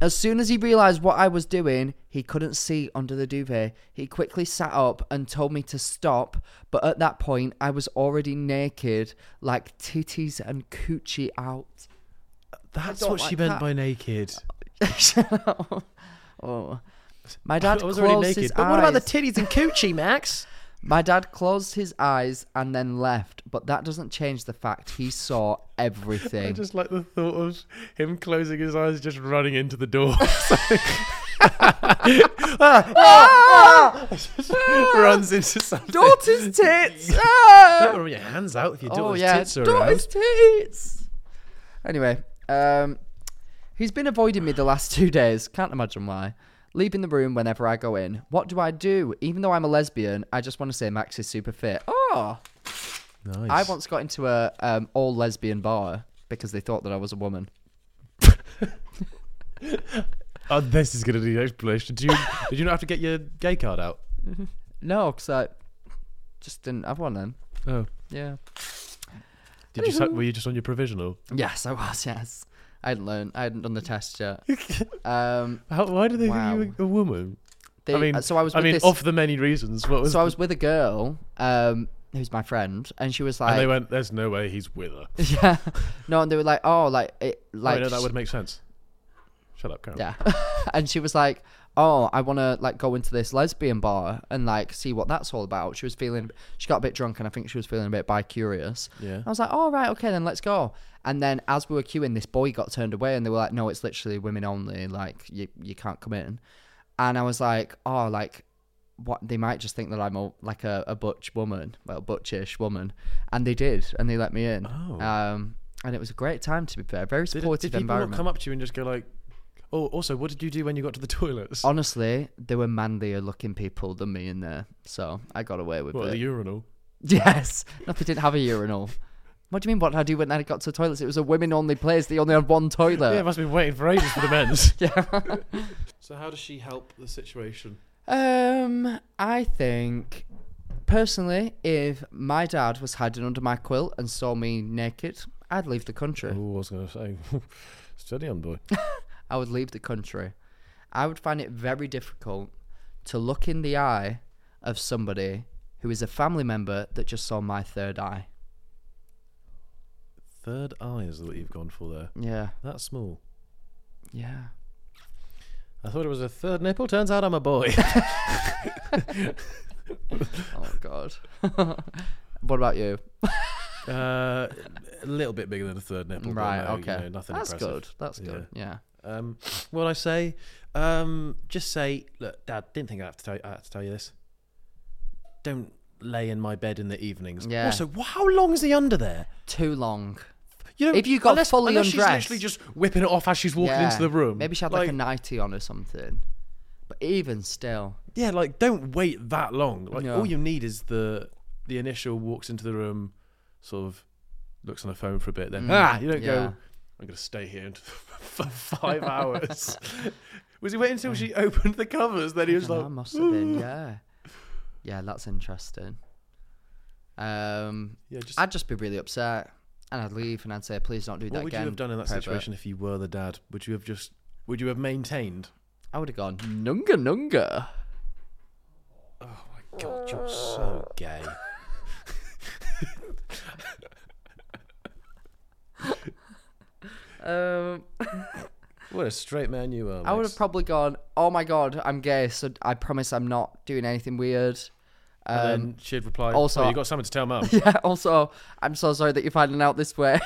Speaker 1: As soon as he realized what I was doing, he couldn't see under the duvet. He quickly sat up and told me to stop, but at that point, I was already naked, like titties and coochie out. *laughs*
Speaker 2: That's
Speaker 1: don't
Speaker 2: what she
Speaker 1: like
Speaker 2: meant
Speaker 1: that.
Speaker 2: by naked.
Speaker 1: oh. My dad
Speaker 2: I was
Speaker 1: closed
Speaker 2: already
Speaker 1: his
Speaker 2: naked. But what about the
Speaker 1: eyes.
Speaker 2: titties and coochie, Max?
Speaker 1: My dad closed his eyes and then left, but that doesn't change the fact he saw everything.
Speaker 2: *laughs* I *laughs* just like the thought of him closing his eyes, just running into
Speaker 1: *laughs*
Speaker 2: the door. *laughs* Runs into something.
Speaker 1: Ah!
Speaker 2: *laughs*
Speaker 1: Daughter's tits!
Speaker 2: Don't
Speaker 1: Ah!
Speaker 2: run your hands out if your
Speaker 1: Oh
Speaker 2: daughter's
Speaker 1: yeah,
Speaker 2: tits are
Speaker 1: daughter's
Speaker 2: around.
Speaker 1: tits. Anyway, um, he's been avoiding me the last *laughs* two days. Can't imagine why. Leaving the room whenever I go in. What do I do? Even though I'm a lesbian, I just want to say Max is super fit. Oh,
Speaker 2: Nice.
Speaker 1: I once got into a um, all lesbian bar because they thought that I was a woman.
Speaker 2: Oh, this is going to need
Speaker 1: *laughs*
Speaker 2: explanation. Do you, did you not have to get your gay card out?
Speaker 1: No, because I just didn't have one then.
Speaker 2: Oh.
Speaker 1: Yeah.
Speaker 2: Did you, sa- were you just on your provisional?
Speaker 1: Yes, I was. *laughs* Yes, I hadn't learned. I hadn't done the test
Speaker 2: *laughs*
Speaker 1: yet. um,
Speaker 2: How, why did they
Speaker 1: Wow.
Speaker 2: think you were a woman?
Speaker 1: they, uh,
Speaker 2: I mean,
Speaker 1: so I was.
Speaker 2: I
Speaker 1: with
Speaker 2: mean,
Speaker 1: this-
Speaker 2: of the many reasons, what was?
Speaker 1: so I was with a girl um, who's my friend, and she was like,
Speaker 2: and they went, "There's no way he's with her."
Speaker 1: *laughs* yeah, no, and they were like, oh, like, it, like,
Speaker 2: Like, no, that
Speaker 1: sh-
Speaker 2: would make sense. Shut up, Carol.
Speaker 1: yeah, *laughs* and she was like, oh, I want to like go into this lesbian bar and like see what that's all about. She was feeling, she got a bit drunk, and I think she was feeling a bit bi curious.
Speaker 2: Yeah.
Speaker 1: I was like, oh right, okay, then let's go. And then as we were queuing, this boy got turned away, and they were like, no, it's literally women only. Like, you you can't come in. And I was like, oh, like what they might just think that I'm a, like a, a butch woman, well, butchish woman, and they did, and they let me in.
Speaker 2: Oh.
Speaker 1: Um, and it was a great time to be fair, very
Speaker 2: Did,
Speaker 1: supportive
Speaker 2: did people not
Speaker 1: environment.
Speaker 2: come up to you and just go like, "Oh, also, what did you do when you got to the toilets?"
Speaker 1: Honestly, there were manlier looking people than me in there, so I got away with *laughs*
Speaker 2: What,
Speaker 1: it.
Speaker 2: the urinal?
Speaker 1: yes, no, they didn't have a urinal. What do you mean? What did I do when I got to the toilets? It was a women-only place. They only had one
Speaker 2: yeah,
Speaker 1: toilet.
Speaker 2: must have been waiting for ages for the men's. yeah. so how does she help the situation?
Speaker 1: um, I think personally, if my dad was hiding under my quilt and saw me naked, I'd leave the country.
Speaker 2: Oh, I was going to say, steady on, boy.
Speaker 1: I would leave the country. I would find it very difficult to look in the eye of somebody who is a family member that just saw my third eye.
Speaker 2: Third eye is what you've gone for there.
Speaker 1: Yeah.
Speaker 2: That's small.
Speaker 1: Yeah.
Speaker 2: I thought it was a third nipple. Turns out I'm a boy. *laughs*
Speaker 1: Oh *laughs* god. what about you?
Speaker 2: uh, a little bit bigger than a third nipple. but
Speaker 1: right,
Speaker 2: no, you
Speaker 1: okay.
Speaker 2: know, nothing
Speaker 1: That's
Speaker 2: impressive.
Speaker 1: good. That's
Speaker 2: Yeah.
Speaker 1: good. Yeah.
Speaker 2: Um, what I say, um, just say, look, Dad, didn't think I have to tell, I had to tell you this. Don't lay in my bed in the evenings.
Speaker 1: Yeah.
Speaker 2: Also, wh- how long is he under there?
Speaker 1: Too long.
Speaker 2: You know,
Speaker 1: If you got
Speaker 2: unless,
Speaker 1: fully
Speaker 2: unless
Speaker 1: undressed-
Speaker 2: she's literally just whipping it off as she's walking
Speaker 1: Yeah.
Speaker 2: into the room.
Speaker 1: Maybe she had like, a nighty on or something. But even still,
Speaker 2: yeah, like don't wait that long. Like
Speaker 1: No.
Speaker 2: all you need is the the initial walks into the room, sort of looks on the phone for a bit. Then ah, you don't
Speaker 1: Mm. yeah.
Speaker 2: go. I'm gonna stay here *laughs* until- for five hours. *laughs* Was he waiting until she opened the covers? Then he was
Speaker 1: Oh,
Speaker 2: like,
Speaker 1: I must have been, yeah. Yeah, that's interesting. Um,
Speaker 2: Yeah, just-
Speaker 1: I'd just be really upset, and I'd leave, and I'd say, "Please don't do
Speaker 2: What
Speaker 1: that
Speaker 2: would
Speaker 1: again."
Speaker 2: you have done in that
Speaker 1: pervert."
Speaker 2: situation if you were the dad? Would you have just would you have maintained?
Speaker 1: I would have gone nunga nunga.
Speaker 2: God, you're *laughs* so gay.
Speaker 1: Um,
Speaker 2: What a straight man you are.
Speaker 1: I would have probably gone, "Oh my god, I'm gay, so I promise I'm not doing anything weird."
Speaker 2: and then she'd reply,
Speaker 1: um, also-
Speaker 2: "Also, you got something to tell
Speaker 1: *laughs*
Speaker 2: mum."
Speaker 1: Yeah. Also, I'm so sorry that you're finding out this way.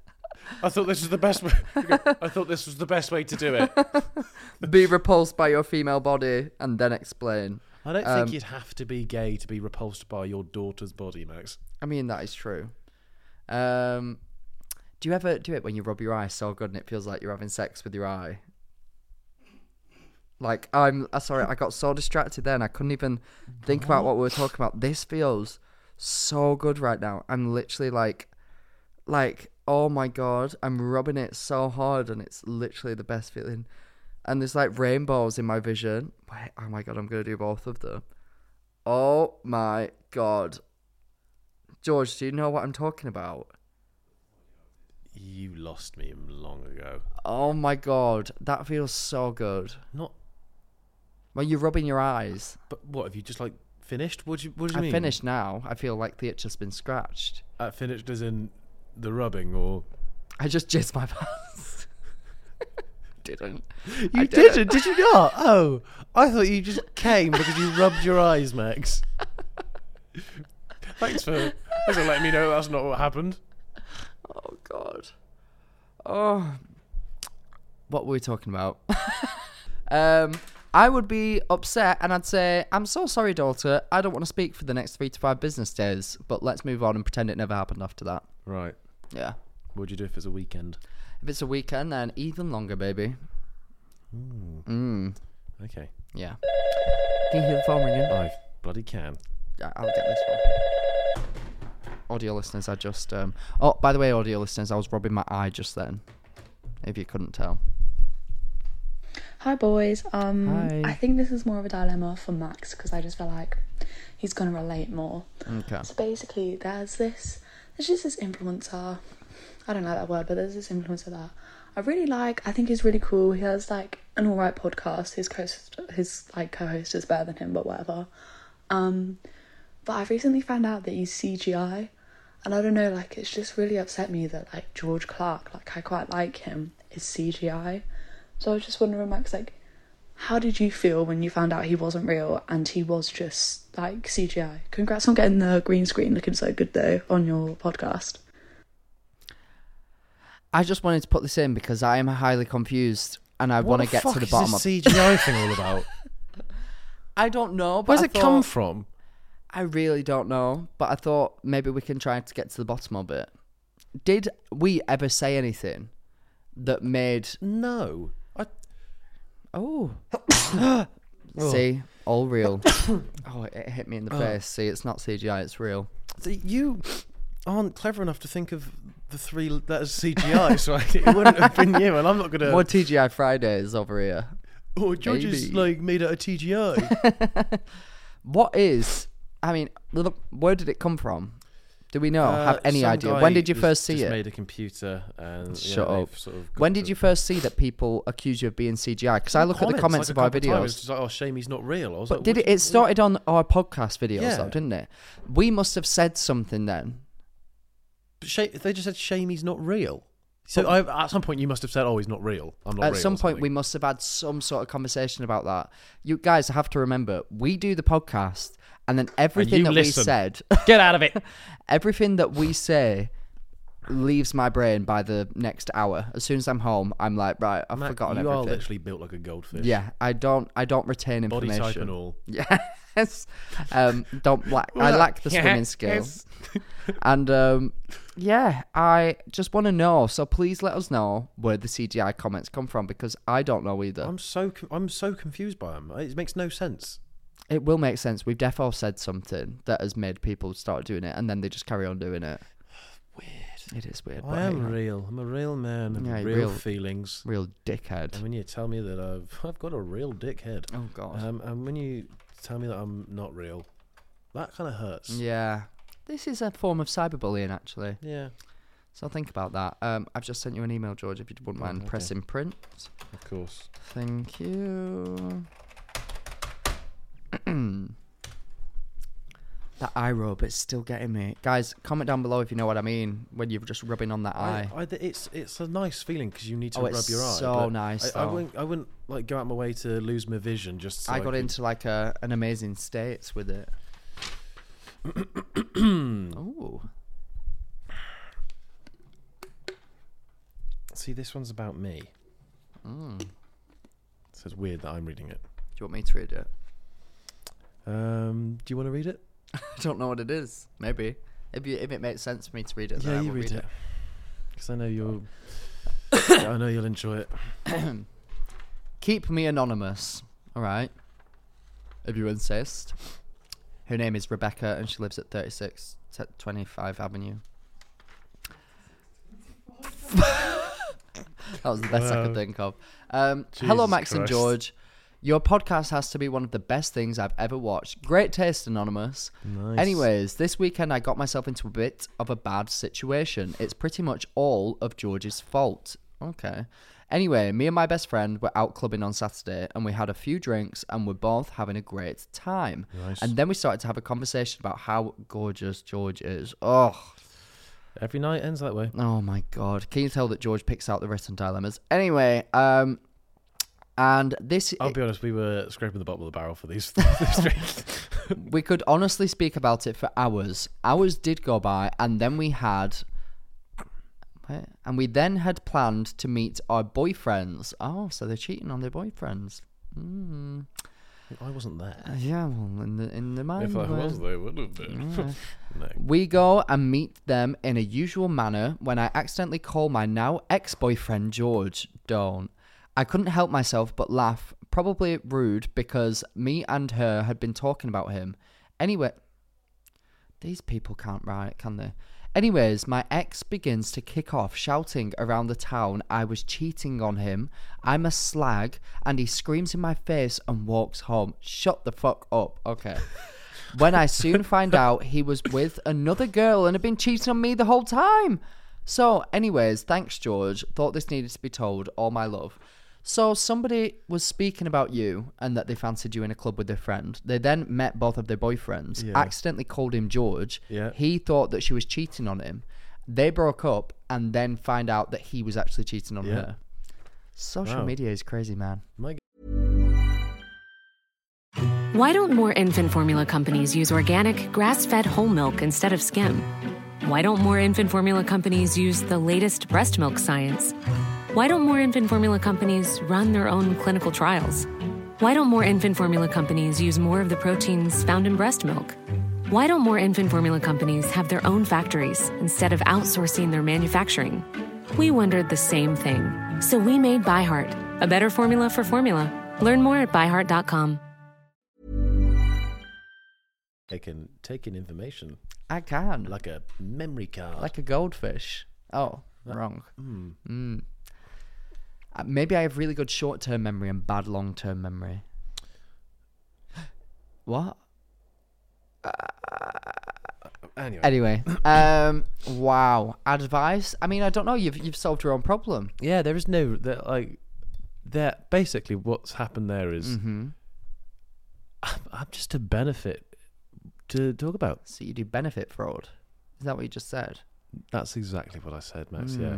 Speaker 1: *laughs*
Speaker 2: I thought this was the best. Way. *laughs* I thought this was the best way
Speaker 1: *laughs*
Speaker 2: to do it.
Speaker 1: be repulsed by your female body, and then explain.
Speaker 2: I don't think
Speaker 1: Um,
Speaker 2: you'd have to be gay to be repulsed by your daughter's body, Max.
Speaker 1: I mean, that is true. Um, do you ever do it when you rub your eye so good and it feels like you're having sex with your eye? Like I'm uh, sorry, I got so distracted then I couldn't even think about what we were talking about. This feels so good right now. I'm literally like, like oh my god, I'm rubbing it so hard and it's literally the best feeling. And there's like rainbows in my vision. Wait, oh my god, I'm gonna do both of them. Oh my god, George, do you know what I'm talking about?
Speaker 2: You lost me long ago.
Speaker 1: Oh my god, that feels so good.
Speaker 2: Not,
Speaker 1: When you're rubbing your eyes,
Speaker 2: but what have you just like finished? What do you, what do you
Speaker 1: I
Speaker 2: mean?
Speaker 1: finished now. I feel like the itch has been scratched.
Speaker 2: Uh, finished as in the rubbing, or
Speaker 1: I just jizzed my *laughs* pants. didn't. You
Speaker 2: Did you not? Oh, I thought you just came because you rubbed your eyes, Max. *laughs* thanks for thanks for letting me know that's not what happened.
Speaker 1: Oh god. Oh. What were we talking
Speaker 2: *laughs*
Speaker 1: about? um I would be upset and I'd say, I'm so sorry, daughter. I don't want to speak for the next three to five business days, but let's move on and pretend it never happened after that.
Speaker 2: Right.
Speaker 1: Yeah.
Speaker 2: What'd you do if it's a weekend?
Speaker 1: If it's a weekend, then even longer, baby.
Speaker 2: Okay.
Speaker 1: Yeah. Can you hear the phone ringing?
Speaker 2: I bloody can.
Speaker 1: I- I'll get this one. Audio listeners, I just. Um... Oh, by the way, audio listeners, I was rubbing my eye just then. If you couldn't tell.
Speaker 5: Hi, boys. Um,
Speaker 1: Hi.
Speaker 5: I think this is more of a dilemma for Max because I just feel like he's gonna relate more.
Speaker 1: Okay.
Speaker 5: So basically, there's this, there's just this influencer. I don't like that word, but there's this influencer that I really like. I think he's really cool. He has like an alright podcast. His co his like co-host is better than him, but whatever. Um, but I've recently found out that he's CGI, and I don't know. Like, it's just really upset me that like George Clark, like I quite like him, is CGI. So I was just wondering, Max, like, how did you feel when you found out he wasn't real and he was just like CGI? Congrats on getting the green screen looking so good though on your podcast.
Speaker 1: I just wanted to put this in because I am highly confused and I want to get to the bottom of. *laughs*
Speaker 2: CGI thing all about?
Speaker 1: I don't know. But
Speaker 2: Where's
Speaker 1: I
Speaker 2: it come
Speaker 1: thought-
Speaker 2: from?
Speaker 1: I really don't know, but I thought maybe we can try to get to the bottom of it. Did we ever say anything that made?
Speaker 2: No. I,
Speaker 1: Oh. *coughs* See, all *coughs* real. oh, it hit me in the face. See, it's not CGI, it's real.
Speaker 2: th- you aren't clever enough to think of the three letters CGI, so I, it wouldn't have been you, and I'm not gonna.
Speaker 1: More TGI Fridays over here.
Speaker 2: Oh, George is
Speaker 1: maybe.
Speaker 2: like made out of TGI.
Speaker 1: What is? I mean, look, where did it come from? Do we know?
Speaker 2: Uh,
Speaker 1: Have any
Speaker 2: some
Speaker 1: idea?
Speaker 2: guy
Speaker 1: When did you
Speaker 2: who's
Speaker 1: first see
Speaker 2: just
Speaker 1: it?
Speaker 2: Made a computer and yeah,
Speaker 1: Shut
Speaker 2: they've
Speaker 1: up.
Speaker 2: sort of got
Speaker 1: when did
Speaker 2: to-
Speaker 1: you first see that people accuse you of being CGI? Because I look at the comments
Speaker 2: like,
Speaker 1: of our
Speaker 2: a couple times, it's
Speaker 1: videos.
Speaker 2: just like, oh, shame he's not real. I was
Speaker 1: But
Speaker 2: like,
Speaker 1: did
Speaker 2: "What
Speaker 1: it? It started on our podcast videos,
Speaker 2: Yeah.
Speaker 1: though, didn't it? We must have said something then.
Speaker 2: But sha- they just said shame he's not real. So I, at some point you must have said, "Oh, he's not real. I'm not."
Speaker 1: At
Speaker 2: real,"
Speaker 1: some
Speaker 2: or
Speaker 1: point, we
Speaker 2: something.
Speaker 1: must have had some sort of conversation about that. You guys have to remember, we do the podcast, and then everything
Speaker 2: you
Speaker 1: that
Speaker 2: listen.
Speaker 1: we said,
Speaker 2: *laughs* get out of it.
Speaker 1: *laughs* everything that we say, leaves my brain by the next hour. As soon as I'm home, I'm like, right, I've
Speaker 2: Matt,
Speaker 1: forgotten
Speaker 2: you are
Speaker 1: everything.
Speaker 2: literally built like a goldfish.
Speaker 1: yeah, I don't, I don't retain
Speaker 2: body
Speaker 1: information.
Speaker 2: type and all.
Speaker 1: *laughs* Yes. Um, don't lack. I lack the swimming skill.
Speaker 2: *laughs*
Speaker 1: and um, yeah, I just want to know. So please let us know where the CGI comments come from because I don't know either.
Speaker 2: I'm so con- I'm so confused by him. It makes no sense.
Speaker 1: It will make sense. We've defo said something that has made people start doing it, and then they just carry on doing it. Weird. It is weird. but
Speaker 2: I
Speaker 1: hey,
Speaker 2: am real. I'm a real man. of
Speaker 1: Yeah,
Speaker 2: real,
Speaker 1: real-
Speaker 2: feelings.
Speaker 1: real
Speaker 2: And
Speaker 1: dickhead.
Speaker 2: when you tell me that I've *laughs* I've got a real dickhead.
Speaker 1: Oh, God.
Speaker 2: Um, and when you tell me that I'm not real, that kind of hurts.
Speaker 1: Yeah. This is a form of cyberbullying, actually.
Speaker 2: Yeah.
Speaker 1: So think about that. Um, I've just sent you an email, George. If you wouldn't mind pressing print.
Speaker 2: Of course.
Speaker 1: Thank you. *clears throat* that eye rub is still getting me. Guys, comment down below if you know what I mean when you're just rubbing on that eye.
Speaker 2: I, I, it's it's a nice feeling because you need to
Speaker 1: Oh,
Speaker 2: rub
Speaker 1: it's
Speaker 2: your eye.
Speaker 1: so
Speaker 2: but
Speaker 1: nice,
Speaker 2: I, I
Speaker 1: though.
Speaker 2: wouldn't. I wouldn't like go out my way to lose my vision. Just so
Speaker 1: I, got
Speaker 2: could-
Speaker 1: into like a, an amazing states with *clears throat* it. oh,
Speaker 2: See, this one's about me.
Speaker 1: Mm.
Speaker 2: So it's weird that I'm reading it.
Speaker 1: do you want me to read it?
Speaker 2: Um, do you want to read it?
Speaker 1: I don't know what it is. Maybe if you if it makes sense for me to read it, then I will read it.
Speaker 2: Because I
Speaker 1: *coughs*
Speaker 2: know you'll. *coughs* I know you'll enjoy it.
Speaker 1: Keep me anonymous, all right? If you insist. Her name is Rebecca and she lives at 36 t- 25 Avenue. that was the best I could
Speaker 2: Wow.
Speaker 1: think of. Um, hello,
Speaker 2: Jesus
Speaker 1: Max and
Speaker 2: Christ.
Speaker 1: George. Your podcast has to be one of the best things I've ever watched. Great taste, Anonymous.
Speaker 2: Nice.
Speaker 1: Anyways, this weekend I got myself into a bit of a bad situation. It's pretty much all of George's fault. Okay. Anyway, me and my best friend were out clubbing on Saturday and we had a few drinks and we're both having a great time. And then we started to have a conversation about how gorgeous George is. Oh,
Speaker 2: Every night ends that way.
Speaker 1: Oh my god! Can you tell that George picks out the written dilemmas? Anyway, um, and this
Speaker 2: I'll be honest, we were scraping the bottom of the barrel for these, *laughs* these drinks.
Speaker 1: we could honestly speak about it for hours. Hours did go by, and then we had, Wait, and we then had planned to meet our boyfriends. Oh, so they're cheating on their boyfriends.
Speaker 2: I wasn't there.
Speaker 1: Yeah, well, in the in the mind.
Speaker 2: If I
Speaker 1: where-
Speaker 2: was, they would have been. no.
Speaker 1: We go and meet them in a usual manner when I accidentally call my now ex boyfriend George. Don't. I couldn't help myself but laugh, probably rude because me and her had been talking about him. Anyway, these people can't write, can they? Anyways, my ex begins to kick off, shouting around the town I was cheating on him, I'm a slag, and he screams in my face and walks home. Shut the fuck up. Okay. when I soon find out he was with another girl and had been cheating on me the whole time. So, anyways, thanks, George. Thought this needed to be told. All my love. So, somebody was speaking about you and that they fancied you in a club with their friend. They then met both of their boyfriends, accidentally called him George.
Speaker 2: Yeah.
Speaker 1: He thought that she was cheating on him. They broke up and then find out that he was actually cheating on
Speaker 2: Yeah.
Speaker 1: her. Social
Speaker 2: Wow.
Speaker 1: media is crazy, man.
Speaker 2: My
Speaker 6: Why don't more infant formula companies use organic, grass fed whole milk instead of skim? Why don't more infant formula companies use the latest breast milk science? Why don't more infant formula companies run their own clinical trials? Why don't more infant formula companies use more of the proteins found in breast milk? Why don't more infant formula companies have their own factories instead of outsourcing their manufacturing? We wondered the same thing. So we made ByHeart, a better formula for formula. Learn more at byheart.com.
Speaker 2: *laughs* taking taking information
Speaker 1: I can.
Speaker 2: like a memory card.
Speaker 1: like a goldfish. Oh, wrong. Mm.
Speaker 2: hmm.
Speaker 1: Uh, maybe I have really good short term memory and bad long term memory. *gasps* What?
Speaker 2: Anyway. *coughs*
Speaker 1: Anyway, um, wow. Advice? I mean, I don't know. You've you've solved your own problem.
Speaker 2: Yeah, there is no that like that. Basically, what's happened there is- I'm, I'm just a benefit to talk about.
Speaker 1: So you do benefit fraud. Is that what you just said?
Speaker 2: That's exactly what I said, Max. Yeah.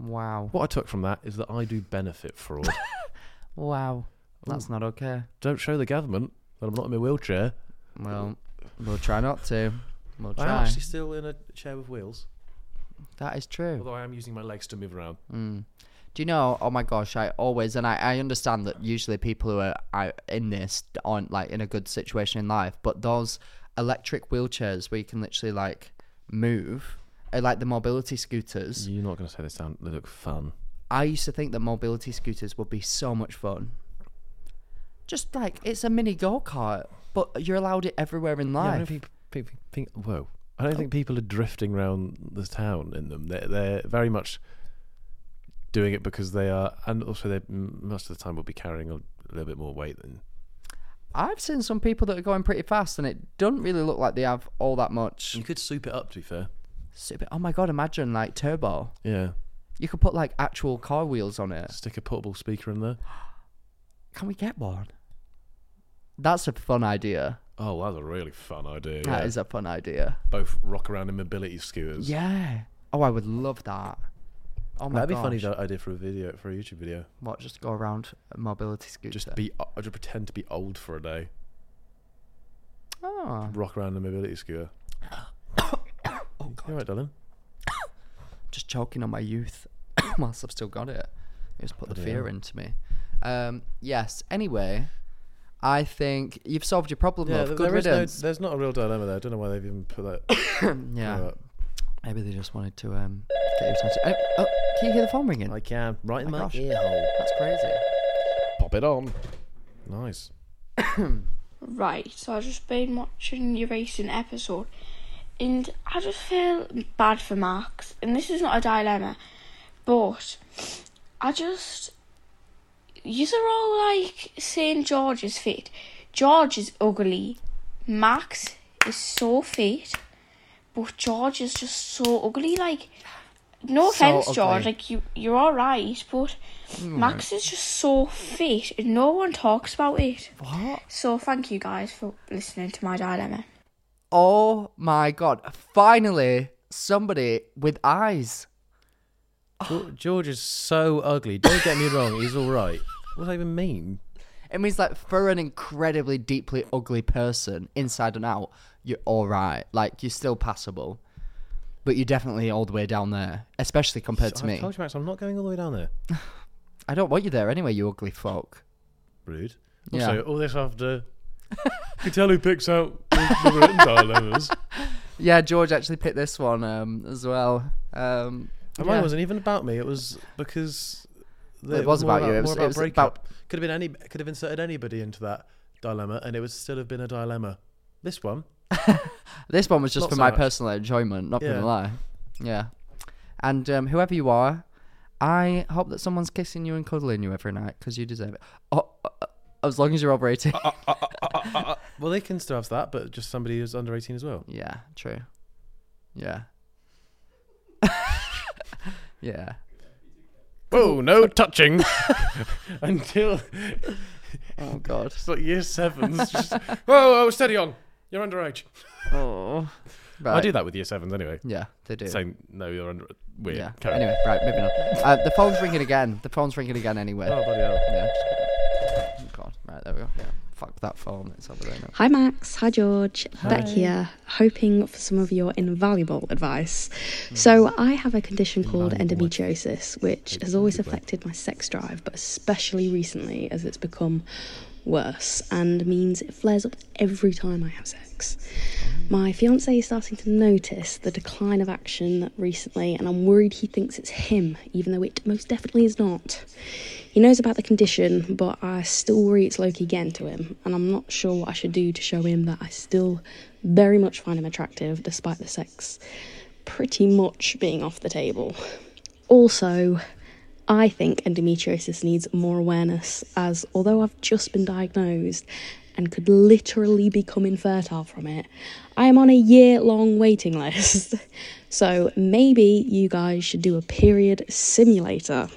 Speaker 1: Wow.
Speaker 2: What I took from that is that I do benefit fraud.
Speaker 1: Wow. That's not okay.
Speaker 2: Don't show the government that I'm not in my wheelchair.
Speaker 1: Well, we'll try not to. We'll
Speaker 2: I'm
Speaker 1: try.
Speaker 2: actually still in a chair with wheels,
Speaker 1: That is true.
Speaker 2: although I am using my legs to move around.
Speaker 1: Do you know? Oh my gosh, I always and I, I understand that usually people who are, are in this aren't like in a good situation in life, but those electric wheelchairs where you can literally like move, are like the mobility scooters.
Speaker 2: You're not going to say they sound they look fun.
Speaker 1: I used to think that mobility scooters would be so much fun. Just like it's a mini go kart, but you're allowed it everywhere in
Speaker 2: I don't
Speaker 1: life.
Speaker 2: think, think, think, whoa. I don't think people are drifting around the town in them. They're, they're very much doing it because they are, and also they m- most of the time will be carrying a little bit more weight than.
Speaker 1: I've seen some people that are going pretty fast, and it doesn't really look like they have all that much.
Speaker 2: You could soup it up, to be fair.
Speaker 1: Super- Oh my god! Imagine like turbo.
Speaker 2: Yeah.
Speaker 1: You could put like actual car wheels on it.
Speaker 2: Stick a portable speaker in there.
Speaker 1: Can we get one? That's a fun idea.
Speaker 2: Oh, that's a really fun idea. yeah.
Speaker 1: That is a fun idea.
Speaker 2: Both rock around in mobility scooters.
Speaker 1: Yeah. Oh, I would love that. Oh my
Speaker 2: That'd be funny
Speaker 1: gosh.
Speaker 2: that idea for a video for a YouTube video.
Speaker 1: What? Just go around a mobility scooter.
Speaker 2: Just be, uh, just pretend to be old for a day.
Speaker 1: Oh,
Speaker 2: Rock around in a mobility scooter. *coughs* oh God! All right, darling.
Speaker 1: just choking on my youth *coughs* whilst I've still got it. It's put the fear into me. Um. Yes. Anyway, I think you've solved your problem. love. Good
Speaker 2: there is no,
Speaker 1: riddance.
Speaker 2: there's not a real dilemma there. I don't know why they've even put *coughs* that.
Speaker 1: yeah.
Speaker 2: uh,
Speaker 1: Maybe they just wanted to um get your attention. Oh, oh, can you hear the phone ringing? Oh
Speaker 2: I can right in
Speaker 1: my
Speaker 2: my,
Speaker 1: gosh.
Speaker 2: ear hole.
Speaker 1: That's crazy.
Speaker 2: Pop it on. Nice.
Speaker 7: Right, so I've just been watching your recent episode, and I just feel bad for Max. And this is not a dilemma, but I just. These are all like St. George is fit. George is ugly. Max is so fit, but George is just so ugly. Like,
Speaker 1: So
Speaker 7: no offense, George.
Speaker 1: ugly.
Speaker 7: Like you, you're all right, but Max is just so fit, and no one talks about it.
Speaker 1: What?
Speaker 7: So thank you guys for listening to my dilemma.
Speaker 1: Oh my god! Finally, somebody with eyes.
Speaker 2: George is so ugly. Don't get me wrong. He's all right. What does that even mean?
Speaker 1: It means like for an incredibly deeply ugly person, inside and out, you're all right. Like you're still passable, but you're definitely all the way down there. Especially compared to
Speaker 2: I
Speaker 1: me.
Speaker 2: told you, Max. I'm not going all the way down there.
Speaker 1: I don't want you there anyway, you ugly fuck.
Speaker 2: Rude.
Speaker 1: Yeah.
Speaker 2: Also, all this *laughs* after. you can tell who picks out the the written dilemmas.
Speaker 1: Yeah, George actually picked this one um, as well. Um,
Speaker 2: And
Speaker 1: yeah.
Speaker 2: mine wasn't even about me. It was because the-
Speaker 1: It was
Speaker 2: more
Speaker 1: about you, it was-
Speaker 2: more
Speaker 1: it
Speaker 2: about
Speaker 1: was
Speaker 2: breakup.
Speaker 1: about-
Speaker 2: Could have been any. Could have inserted anybody into that dilemma, and it would still have been a dilemma. This one,
Speaker 1: This one was just
Speaker 2: Not
Speaker 1: for
Speaker 2: so
Speaker 1: my
Speaker 2: much.
Speaker 1: personal enjoyment, not
Speaker 2: Yeah.
Speaker 1: gonna lie. Yeah. And um, whoever you are, I hope that someone's kissing you and cuddling you every night because you deserve it. Oh, uh, uh, as long as you're over 18.
Speaker 2: well, they can still have that, but just somebody who's under eighteen as well.
Speaker 1: yeah, true. Yeah. *laughs* yeah.
Speaker 2: Whoa, no *laughs* touching until
Speaker 1: Oh, God.
Speaker 2: it's like year seven. whoa, whoa, steady on. You're underage.
Speaker 1: Oh. Right.
Speaker 2: I do that *laughs* with year sevens anyway.
Speaker 1: Yeah, they do.
Speaker 2: Saying no, you're under. Weird.
Speaker 1: Yeah.
Speaker 2: Carry on.
Speaker 1: Anyway, right, moving on. Uh, the phone's ringing again. The phone's ringing again anyway.
Speaker 2: Oh bloody hell.
Speaker 1: Yeah. just- Oh, God. Right, there we go. Yeah. Fuck that phone. It's over there now.
Speaker 8: Hi, Max. Hi, George. Beck here, hoping for some of your invaluable advice. So, I have a condition called endometriosis, which has always affected my sex drive, but especially recently as it's become worse and means it flares up every time I have sex. My fiance is starting to notice the decline of action recently, and I'm worried he thinks it's him, even though it most definitely is not. He knows about the condition, but I still worry it's Loki again to him, and I'm not sure what I should do to show him that I still very much find him attractive despite the sex pretty much being off the table. Also, I think endometriosis needs more awareness, as although I've just been diagnosed, and could literally become infertile from it. I am on a year long waiting list. *laughs* so maybe you guys should do a period simulator.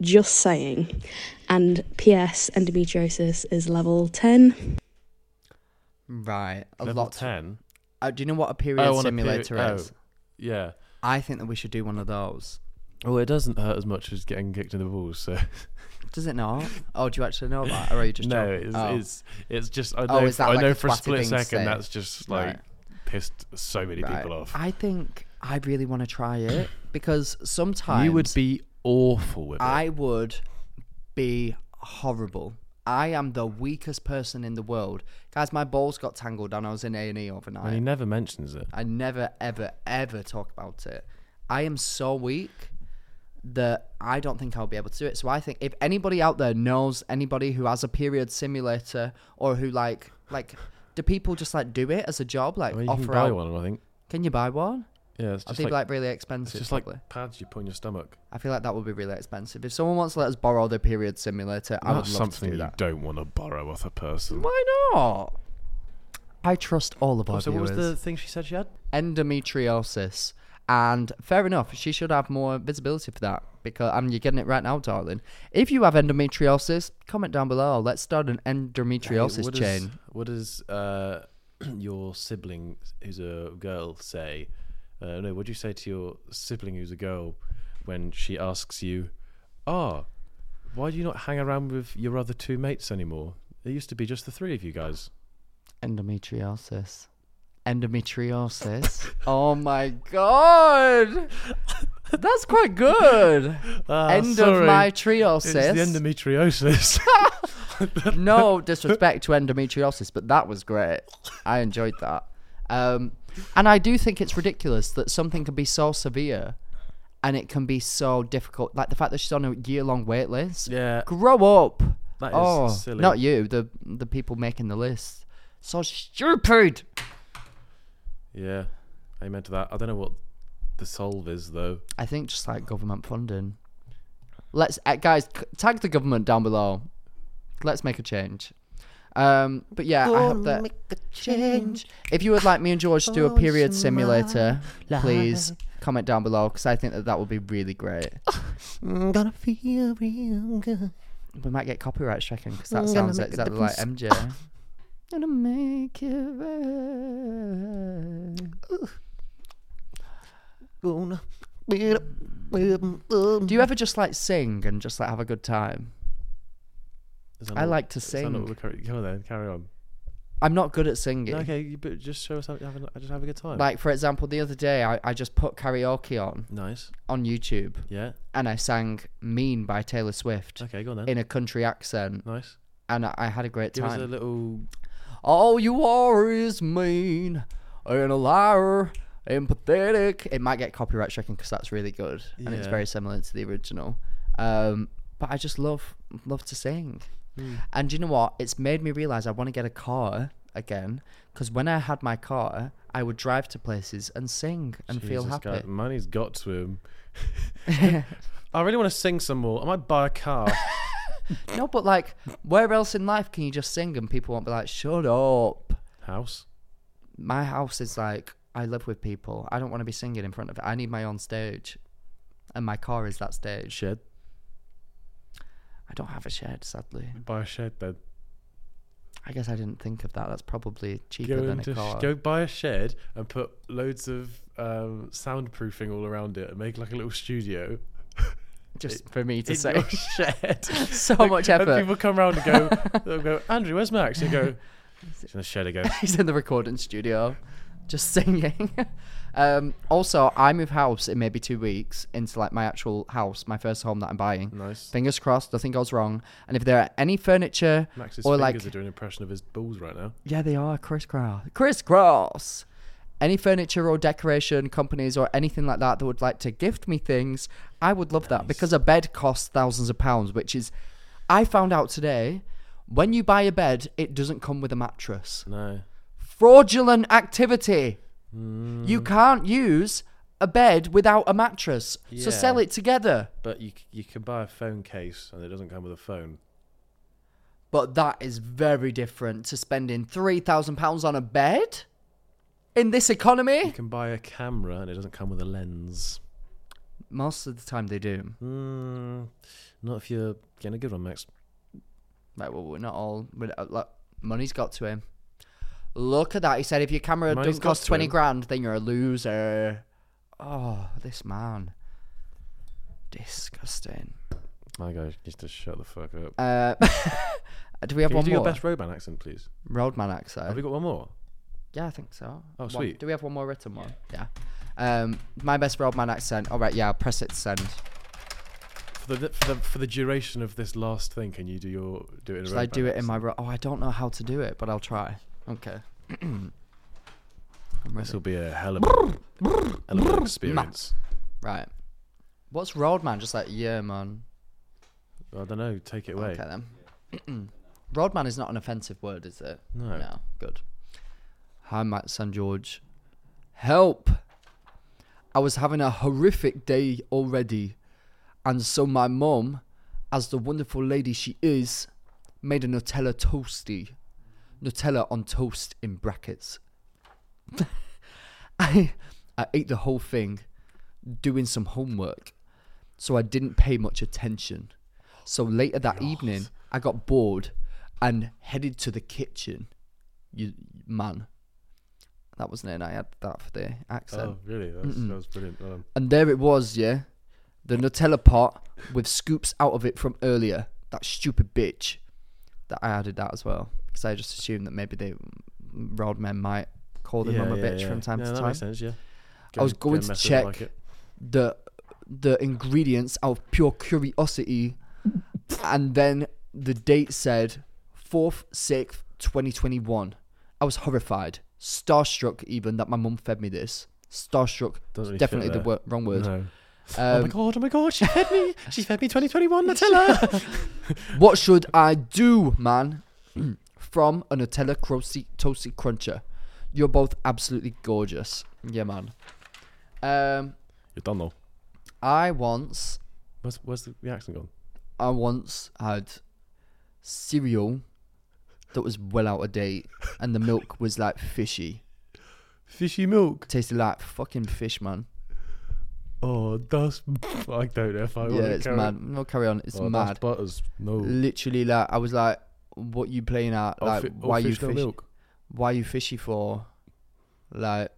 Speaker 8: Just saying. And PS, endometriosis is level 10.
Speaker 1: Right. A
Speaker 2: Level
Speaker 1: lot.
Speaker 2: ten. Oh,
Speaker 1: Uh, do you know what a period
Speaker 2: on a period-
Speaker 1: simulator
Speaker 2: oh,
Speaker 1: is?
Speaker 2: yeah.
Speaker 1: I think that we should do one of those.
Speaker 2: Well, it doesn't hurt as much as getting kicked in the balls. So *laughs*
Speaker 1: Does it not? Oh, do you actually know that? Or are you just
Speaker 2: no,
Speaker 1: joking?
Speaker 2: it's,
Speaker 1: Oh.
Speaker 2: it's it's just I know,
Speaker 1: Oh, is that
Speaker 2: I
Speaker 1: like
Speaker 2: know
Speaker 1: a
Speaker 2: for a
Speaker 1: twatty
Speaker 2: split
Speaker 1: thing to
Speaker 2: second
Speaker 1: say?
Speaker 2: that's just like
Speaker 1: Right.
Speaker 2: pissed so many
Speaker 1: Right.
Speaker 2: people off.
Speaker 1: I think I really want to try it because sometimes
Speaker 2: you would be awful with it.
Speaker 1: I would be horrible. I am the weakest person in the world, guys. My balls got tangled and I was in A and E overnight.
Speaker 2: And he never mentions it.
Speaker 1: I never, ever, ever talk about it. I am so weak that I don't think I'll be able to do it. So I think if anybody out there knows anybody who has a period simulator or who like like do people just like do it as a job? Like
Speaker 2: Well, you
Speaker 1: offer
Speaker 2: can buy
Speaker 1: out-
Speaker 2: one, I think.
Speaker 1: Can you buy one?
Speaker 2: Yeah, it's
Speaker 1: I
Speaker 2: just
Speaker 1: think
Speaker 2: like,
Speaker 1: like really
Speaker 2: it's
Speaker 1: expensive.
Speaker 2: just
Speaker 1: probably.
Speaker 2: like pads you put in your stomach.
Speaker 1: I feel like that would be really expensive. If someone wants to let us borrow their period simulator, I would love
Speaker 2: That's
Speaker 1: to
Speaker 2: something
Speaker 1: do
Speaker 2: you
Speaker 1: that.
Speaker 2: don't want to borrow off a person.
Speaker 1: Why not? I trust all of our
Speaker 2: So what
Speaker 1: viewers.
Speaker 2: was the thing she said she had?
Speaker 1: endometriosis. And fair enough, she should have more visibility for that because I mean, you're getting it right now, darling. If you have endometriosis, comment down below. Let's start an endometriosis
Speaker 2: what
Speaker 1: chain.
Speaker 2: Does, what does uh, *clears throat* your sibling who's a girl say? Uh, no, what do you say to your sibling who's a girl when she asks you, "Ah, why do you not hang around with your other two mates anymore? It used to be just the three of you guys."
Speaker 1: Endometriosis.
Speaker 2: *laughs*
Speaker 1: Endometriosis. oh my god. That's quite good.
Speaker 2: Ah,
Speaker 1: End
Speaker 2: sorry.
Speaker 1: of my triosis.
Speaker 2: It's the
Speaker 1: *laughs*
Speaker 2: endometriosis. *laughs*
Speaker 1: no disrespect to endometriosis, but that was great. I enjoyed that. Um, and I do think it's ridiculous that something can be so severe and it can be so difficult. Like the fact that she's on a year long wait list.
Speaker 2: Yeah.
Speaker 1: Grow up.
Speaker 2: That is
Speaker 1: oh,
Speaker 2: silly.
Speaker 1: Not you, the the people making the list. So stupid.
Speaker 2: yeah, amen to that. I don't know what the solve is though.
Speaker 1: I think just like government funding. Let's uh, guys c- tag the government down below. Let's make a change. Um, but yeah, I hope that change. If you would like me and George to do a period simulator, please comment down below because I think that that would be really great.
Speaker 9: Gonna feel real good.
Speaker 1: We might get copyright stricken because that
Speaker 9: Gonna
Speaker 1: sounds
Speaker 9: make it
Speaker 1: exactly
Speaker 9: the
Speaker 1: like
Speaker 9: best.
Speaker 1: MJ. Gonna make it right.
Speaker 9: Gonna beat up with
Speaker 1: Do you ever just like sing and just like have a good time?
Speaker 2: Is that
Speaker 1: I
Speaker 2: not-
Speaker 1: like to
Speaker 2: is that not
Speaker 1: sing.
Speaker 2: what we're- Come on then, carry on.
Speaker 1: I'm not good at singing.
Speaker 2: Okay, you, but just show us how have a, just have a good time.
Speaker 1: Like for example, the other day I, I just put karaoke on
Speaker 2: nice.
Speaker 1: on YouTube
Speaker 2: Yeah.
Speaker 1: and I sang "Mean" by Taylor Swift
Speaker 2: Okay, go on then.
Speaker 1: in a country accent,
Speaker 2: nice.
Speaker 1: and I, I had a great
Speaker 2: Give us a
Speaker 1: time.
Speaker 2: little.
Speaker 1: All you are is mean and a liar, empathetic. It might get copyright stricken because that's really good and it's
Speaker 2: Yeah.
Speaker 1: very similar to the original. Um, but I just love love to sing,
Speaker 2: Hmm.
Speaker 1: and do you know what? It's made me realize I want to get a car again because when I had my car. I would drive to places and sing and feel
Speaker 2: Jesus,
Speaker 1: happy.
Speaker 2: God, Money's got to him.
Speaker 1: *laughs*
Speaker 2: I really want to sing some more. I might buy a car. *laughs*
Speaker 1: No, but like, where else in life can you just sing and people won't be like, shut up?
Speaker 2: House.
Speaker 1: My house is like, I live with people. I don't want to be singing in front of I need my own stage. And my car is that stage.
Speaker 2: Shed.
Speaker 1: I don't have a shed, sadly.
Speaker 2: Buy a shed then.
Speaker 1: I guess I didn't think of that. That's probably cheaper
Speaker 2: Go,
Speaker 1: than a
Speaker 2: into,
Speaker 1: car.
Speaker 2: go buy a shed and put loads of um, soundproofing all around it and make like a little studio.
Speaker 1: just for me to
Speaker 2: in
Speaker 1: say.
Speaker 2: your
Speaker 1: *laughs*
Speaker 2: shed.
Speaker 1: so much
Speaker 2: And
Speaker 1: effort.
Speaker 2: people come round and go, they'll go, Andrew, where's Max? You go, he's in the shed again.
Speaker 1: *laughs* He's in the recording studio, just singing. *laughs* um, also, I move house in maybe two weeks into like my actual house, my first home that I'm buying.
Speaker 2: Nice.
Speaker 1: Fingers crossed, nothing goes wrong. And if there are any furniture
Speaker 2: Max's
Speaker 1: or
Speaker 2: fingers
Speaker 1: like,
Speaker 2: are doing an impression of his balls right now.
Speaker 1: yeah, they are crisscross, crisscross. Any furniture or decoration companies or anything like that that would like to gift me things, I would love that because a bed costs thousands of pounds, which is, I found out today, when you buy a bed, it doesn't come with a mattress
Speaker 2: No.
Speaker 1: fraudulent activity. You can't use a bed without a mattress. So
Speaker 2: Yeah.
Speaker 1: sell it together.
Speaker 2: But you c- you can buy a phone case and it doesn't come with a phone.
Speaker 1: But that is very different to spending £3,000 on a bed in this economy.
Speaker 2: You can buy a camera and it doesn't come with a lens.
Speaker 1: Most of the time they do.
Speaker 2: Mm, not if you're getting a good one, Max.
Speaker 1: Like, well, we're not all. We're, uh, look, money's got to him. Look at that. He said, if your camera
Speaker 2: Money's
Speaker 1: doesn't
Speaker 2: got
Speaker 1: cost
Speaker 2: to
Speaker 1: 20
Speaker 2: him.
Speaker 1: grand, then you're a loser. Oh, this man. Disgusting.
Speaker 2: My guy needs to shut the fuck up.
Speaker 1: Uh, do we have
Speaker 2: Can
Speaker 1: one
Speaker 2: you do
Speaker 1: more? Uh,
Speaker 2: your best Roban accent, please?
Speaker 1: Roadman accent.
Speaker 2: Have we got one more?
Speaker 1: Yeah, I think so.
Speaker 2: Oh,
Speaker 1: One-
Speaker 2: sweet.
Speaker 1: Do we have one more written one? Yeah. Um, my best Roadman accent. All right, yeah, I'll press it send.
Speaker 2: For the, for the for the duration of this last thing, can you do your do it? In a
Speaker 1: Should I
Speaker 2: Roban
Speaker 1: do it in
Speaker 2: accent?
Speaker 1: my. Ro- oh, I don't know how to do it, but I'll try. Okay. *clears throat*
Speaker 2: This will be a hell of a, hell of an experience.
Speaker 1: Right. What's Roadman? Just like, yeah, man.
Speaker 2: I don't know. Take it away.
Speaker 1: Okay, then. *clears throat* Roadman is not an offensive word, is it?
Speaker 2: No.
Speaker 1: No. Good. Hi, Matt San George. Help! I was having a horrific day already, and so my mum, as the wonderful lady she is, made a Nutella toasty. Nutella on toast in brackets. *laughs* I, I ate the whole thing doing some homework, so I didn't pay much attention. So later that evening, I got bored and headed to the kitchen. You man, that wasn't it. and I had that for the accent.
Speaker 2: Oh, really? That's,
Speaker 1: Mm-mm.
Speaker 2: that was brilliant. Um,
Speaker 1: And there it was, yeah, the Nutella pot with scoops out of it from earlier. That stupid bitch. That I added that as well because I just assumed that maybe they road men might call their
Speaker 2: yeah,
Speaker 1: mum a
Speaker 2: yeah,
Speaker 1: bitch
Speaker 2: yeah.
Speaker 1: from time
Speaker 2: yeah,
Speaker 1: to
Speaker 2: that
Speaker 1: time.
Speaker 2: Makes sense, yeah.
Speaker 1: I was
Speaker 2: Go-
Speaker 1: going
Speaker 2: go
Speaker 1: to
Speaker 2: mess with it
Speaker 1: check
Speaker 2: like it.
Speaker 1: the the ingredients out of pure curiosity, and then the date said fourth, sixth, twenty twenty one. I was horrified, starstruck even that my mum fed me this. Starstruck,
Speaker 2: Doesn't really fit
Speaker 1: definitely the
Speaker 2: there.
Speaker 1: wor- wrong word.
Speaker 2: No. oh my god! Oh my god! She
Speaker 1: *laughs*
Speaker 2: fed me. She fed me 2021 Nutella.
Speaker 1: What should I do, man? *clears throat* From a Nutella crosty, toasty cruncher. You're both absolutely gorgeous. Yeah, man. Um,
Speaker 2: You're done though.
Speaker 1: I once
Speaker 2: Where's, where's the, the accent gone?
Speaker 1: I once had cereal that was well out of date, and the milk was like fishy.
Speaker 2: Fishy milk.
Speaker 1: Tasted like fucking fish, man.
Speaker 2: Oh, that's. I don't know if I
Speaker 1: yeah,
Speaker 2: want to
Speaker 1: it's
Speaker 2: carry.
Speaker 1: mad. No, carry on. It's
Speaker 2: oh,
Speaker 1: mad.
Speaker 2: That's butters. No.
Speaker 1: Literally, like I was like, "What you playing at?
Speaker 2: Oh,
Speaker 1: Like,
Speaker 2: fi- oh,
Speaker 1: why you
Speaker 2: fish, no
Speaker 1: fish-
Speaker 2: milk.
Speaker 1: Why you fishy for? Like,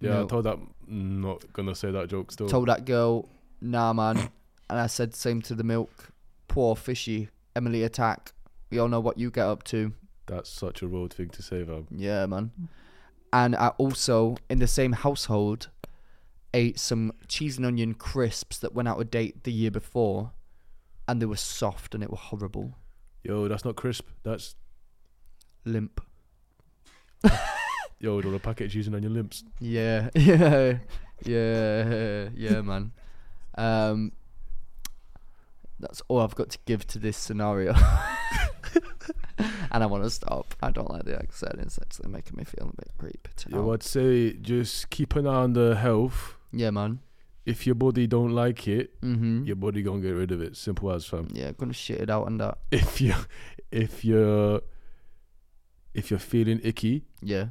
Speaker 2: Yeah, I
Speaker 1: milk.
Speaker 2: told that. mm, Not gonna say that joke still.
Speaker 1: told that girl, nah, man. and I said same to the milk. Poor fishy. Emily attack. We all know what you get up to.
Speaker 2: That's such a road thing to say, Val.
Speaker 1: Yeah, man. And I also, in the same household, ate some cheese and onion crisps that went out of date the year before. And they were soft and it were horrible.
Speaker 2: Yo, that's not crisp. That's
Speaker 1: Limp.
Speaker 2: yo, do a packet of cheese and onion limps.
Speaker 1: Yeah, *laughs* yeah, yeah, yeah, man. Um, that's all I've got to give to this scenario. *laughs* and I want to stop. I don't like the accent. It's actually making me feel a bit creeped.
Speaker 2: Yo,
Speaker 1: out.
Speaker 2: I'd say just keep an eye on the health.
Speaker 1: Yeah, man.
Speaker 2: If your body don't like it,
Speaker 1: Mhm.
Speaker 2: your body gonna get rid of it. Simple as fam. *laughs*
Speaker 1: Yeah, gonna shit it out and that.
Speaker 2: If you, if you're, if you're feeling icky,
Speaker 1: Yeah.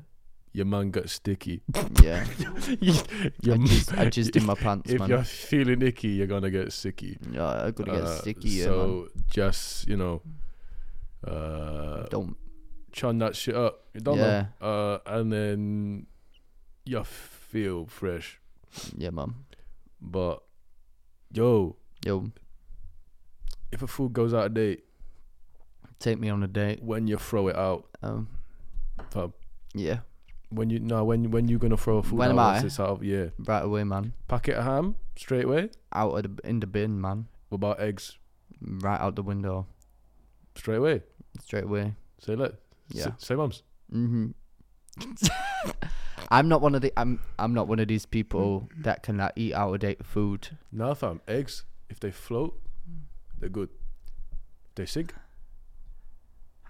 Speaker 2: your man got sticky. *laughs*
Speaker 1: Yeah.
Speaker 2: Your
Speaker 1: I
Speaker 2: m-
Speaker 1: jizzed- I jizzed
Speaker 2: *laughs*
Speaker 1: in my pants,
Speaker 2: If
Speaker 1: man.
Speaker 2: you're feeling icky, you're gonna get sicky.
Speaker 1: Yeah, I'm gonna get sticky, yeah,
Speaker 2: Uh, So just you know, uh,
Speaker 1: Don't.
Speaker 2: churn that shit up. You don't
Speaker 1: Yeah.
Speaker 2: know. Uh, and then you feel fresh,
Speaker 1: Yeah, mum.
Speaker 2: but yo,
Speaker 1: Yo,
Speaker 2: if a food goes out of date,
Speaker 1: take me on a date.
Speaker 2: when you throw it out,
Speaker 1: Um,
Speaker 2: fam,
Speaker 1: yeah,
Speaker 2: when you no, when when you gonna throw a food
Speaker 1: When
Speaker 2: out?
Speaker 1: am
Speaker 2: once
Speaker 1: I?
Speaker 2: It's out of yeah.
Speaker 1: right away, man.
Speaker 2: Packet of ham straight away.
Speaker 1: Out of the, in the bin, man.
Speaker 2: What about eggs?
Speaker 1: Right out the window,
Speaker 2: Straight away.
Speaker 1: straight away.
Speaker 2: Say look.
Speaker 1: Yeah.
Speaker 2: Say mums.
Speaker 1: hmm I'm not one of the. I'm. I'm not one of these people that can like, eat out of date food.
Speaker 2: Now, fam, eggs, if they float, they're good. They sink,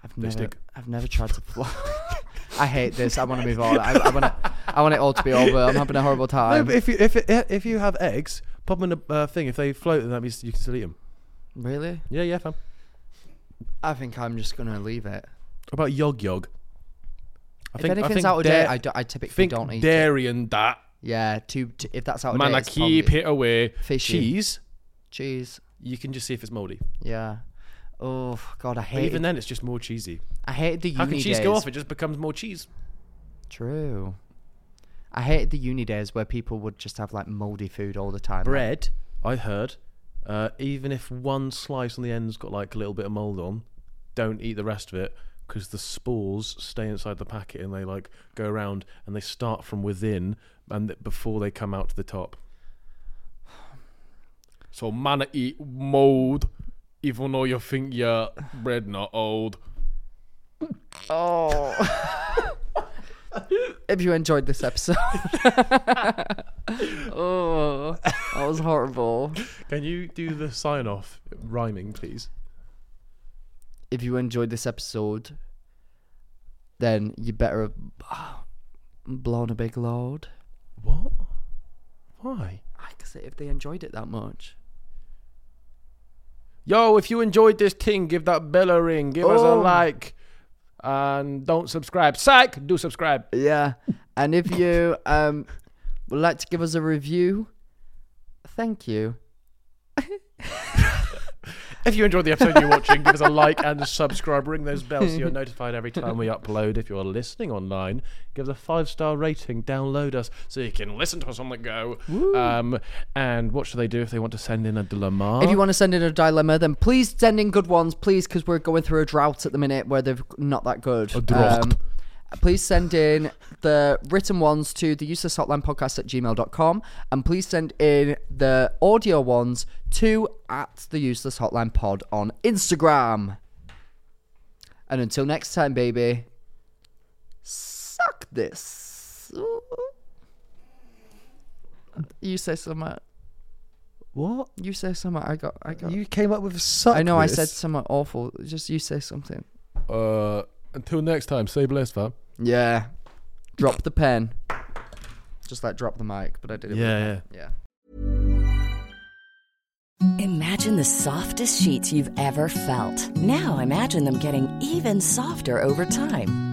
Speaker 1: I've
Speaker 2: They
Speaker 1: never.
Speaker 2: stick.
Speaker 1: I've never tried to fly. *laughs* I hate this. I want to move on. I, I want to. I want it all to be over. I'm having a horrible
Speaker 2: *laughs* No,
Speaker 1: time.
Speaker 2: but if you if it, if you have eggs, pop them in a uh, thing. If they float, then that means you can still eat them.
Speaker 1: really?
Speaker 2: Yeah, yeah, fam.
Speaker 1: I think I'm just gonna leave it.
Speaker 2: What about yog yog? I
Speaker 1: If
Speaker 2: think, I
Speaker 1: anything's
Speaker 2: think
Speaker 1: out of
Speaker 2: dai-
Speaker 1: date, I do- I typically
Speaker 2: think
Speaker 1: don't eat it.
Speaker 2: dairy and that.
Speaker 1: Yeah, too, t- if that's out of
Speaker 2: Man,
Speaker 1: date,
Speaker 2: I
Speaker 1: it's
Speaker 2: keep
Speaker 1: probably
Speaker 2: it away.
Speaker 1: fishy.
Speaker 2: Cheese.
Speaker 1: Cheese.
Speaker 2: You can just see if it's mouldy.
Speaker 1: Yeah. Oh God, I
Speaker 2: But
Speaker 1: hate.
Speaker 2: even then, it's just more cheesy.
Speaker 1: I hated the uni
Speaker 2: How can cheese go
Speaker 1: days.
Speaker 2: off? It just becomes more cheese.
Speaker 1: True. I hated the uni days where people would just have like mouldy food all the time.
Speaker 2: Bread, I heard, uh, even if one slice on the end's got like a little bit of mold on, don't eat the rest of it because the spores stay inside the packet and they like go around and they start from within and th- before they come out to the top. So man, eat mold, even though you think your bread not old.
Speaker 1: Oh. *laughs* if you enjoyed this episode. *laughs* oh, that was horrible.
Speaker 2: Can you do the sign off rhyming, please?
Speaker 1: If you enjoyed this episode, then you better have ah, blown a big load.
Speaker 2: What? Why?
Speaker 1: I guess if they enjoyed it that much.
Speaker 2: Yo, if you enjoyed this thing, give that bell a ring. Give us a
Speaker 1: Oh.
Speaker 2: like. And don't subscribe. Psych! Do subscribe.
Speaker 1: Yeah. And if you um would like to give us a review, thank you.
Speaker 2: If you enjoyed the episode you're watching, give us a like and a subscribe. Ring those bells so you're notified every time we upload. If you're listening online, give us a five star rating. Download us so you can listen to us on the go. Um, and what should they do if they want to send in a dilemma?
Speaker 1: If you want to send in a dilemma, then please send in good ones, please, because we're going through a drought at the minute where they're not that good.
Speaker 2: A drought.
Speaker 1: Um, please send in the written ones to the useless hotline podcast at gmail.com and please send in the audio ones to at the useless hotline pod on Instagram. And until next time, baby, suck this. You say something.
Speaker 2: What?
Speaker 1: You say something. I got. I got.
Speaker 2: You came up with such.
Speaker 1: I know I said something awful. Just you say something.
Speaker 2: Uh, until next time, stay blessed, fam.
Speaker 1: Yeah. Drop the pen. Just like drop the mic, but I did it. with
Speaker 2: Yeah,
Speaker 1: the pen. Yeah.
Speaker 10: Imagine the softest sheets you've ever felt. Now imagine them getting even softer over time.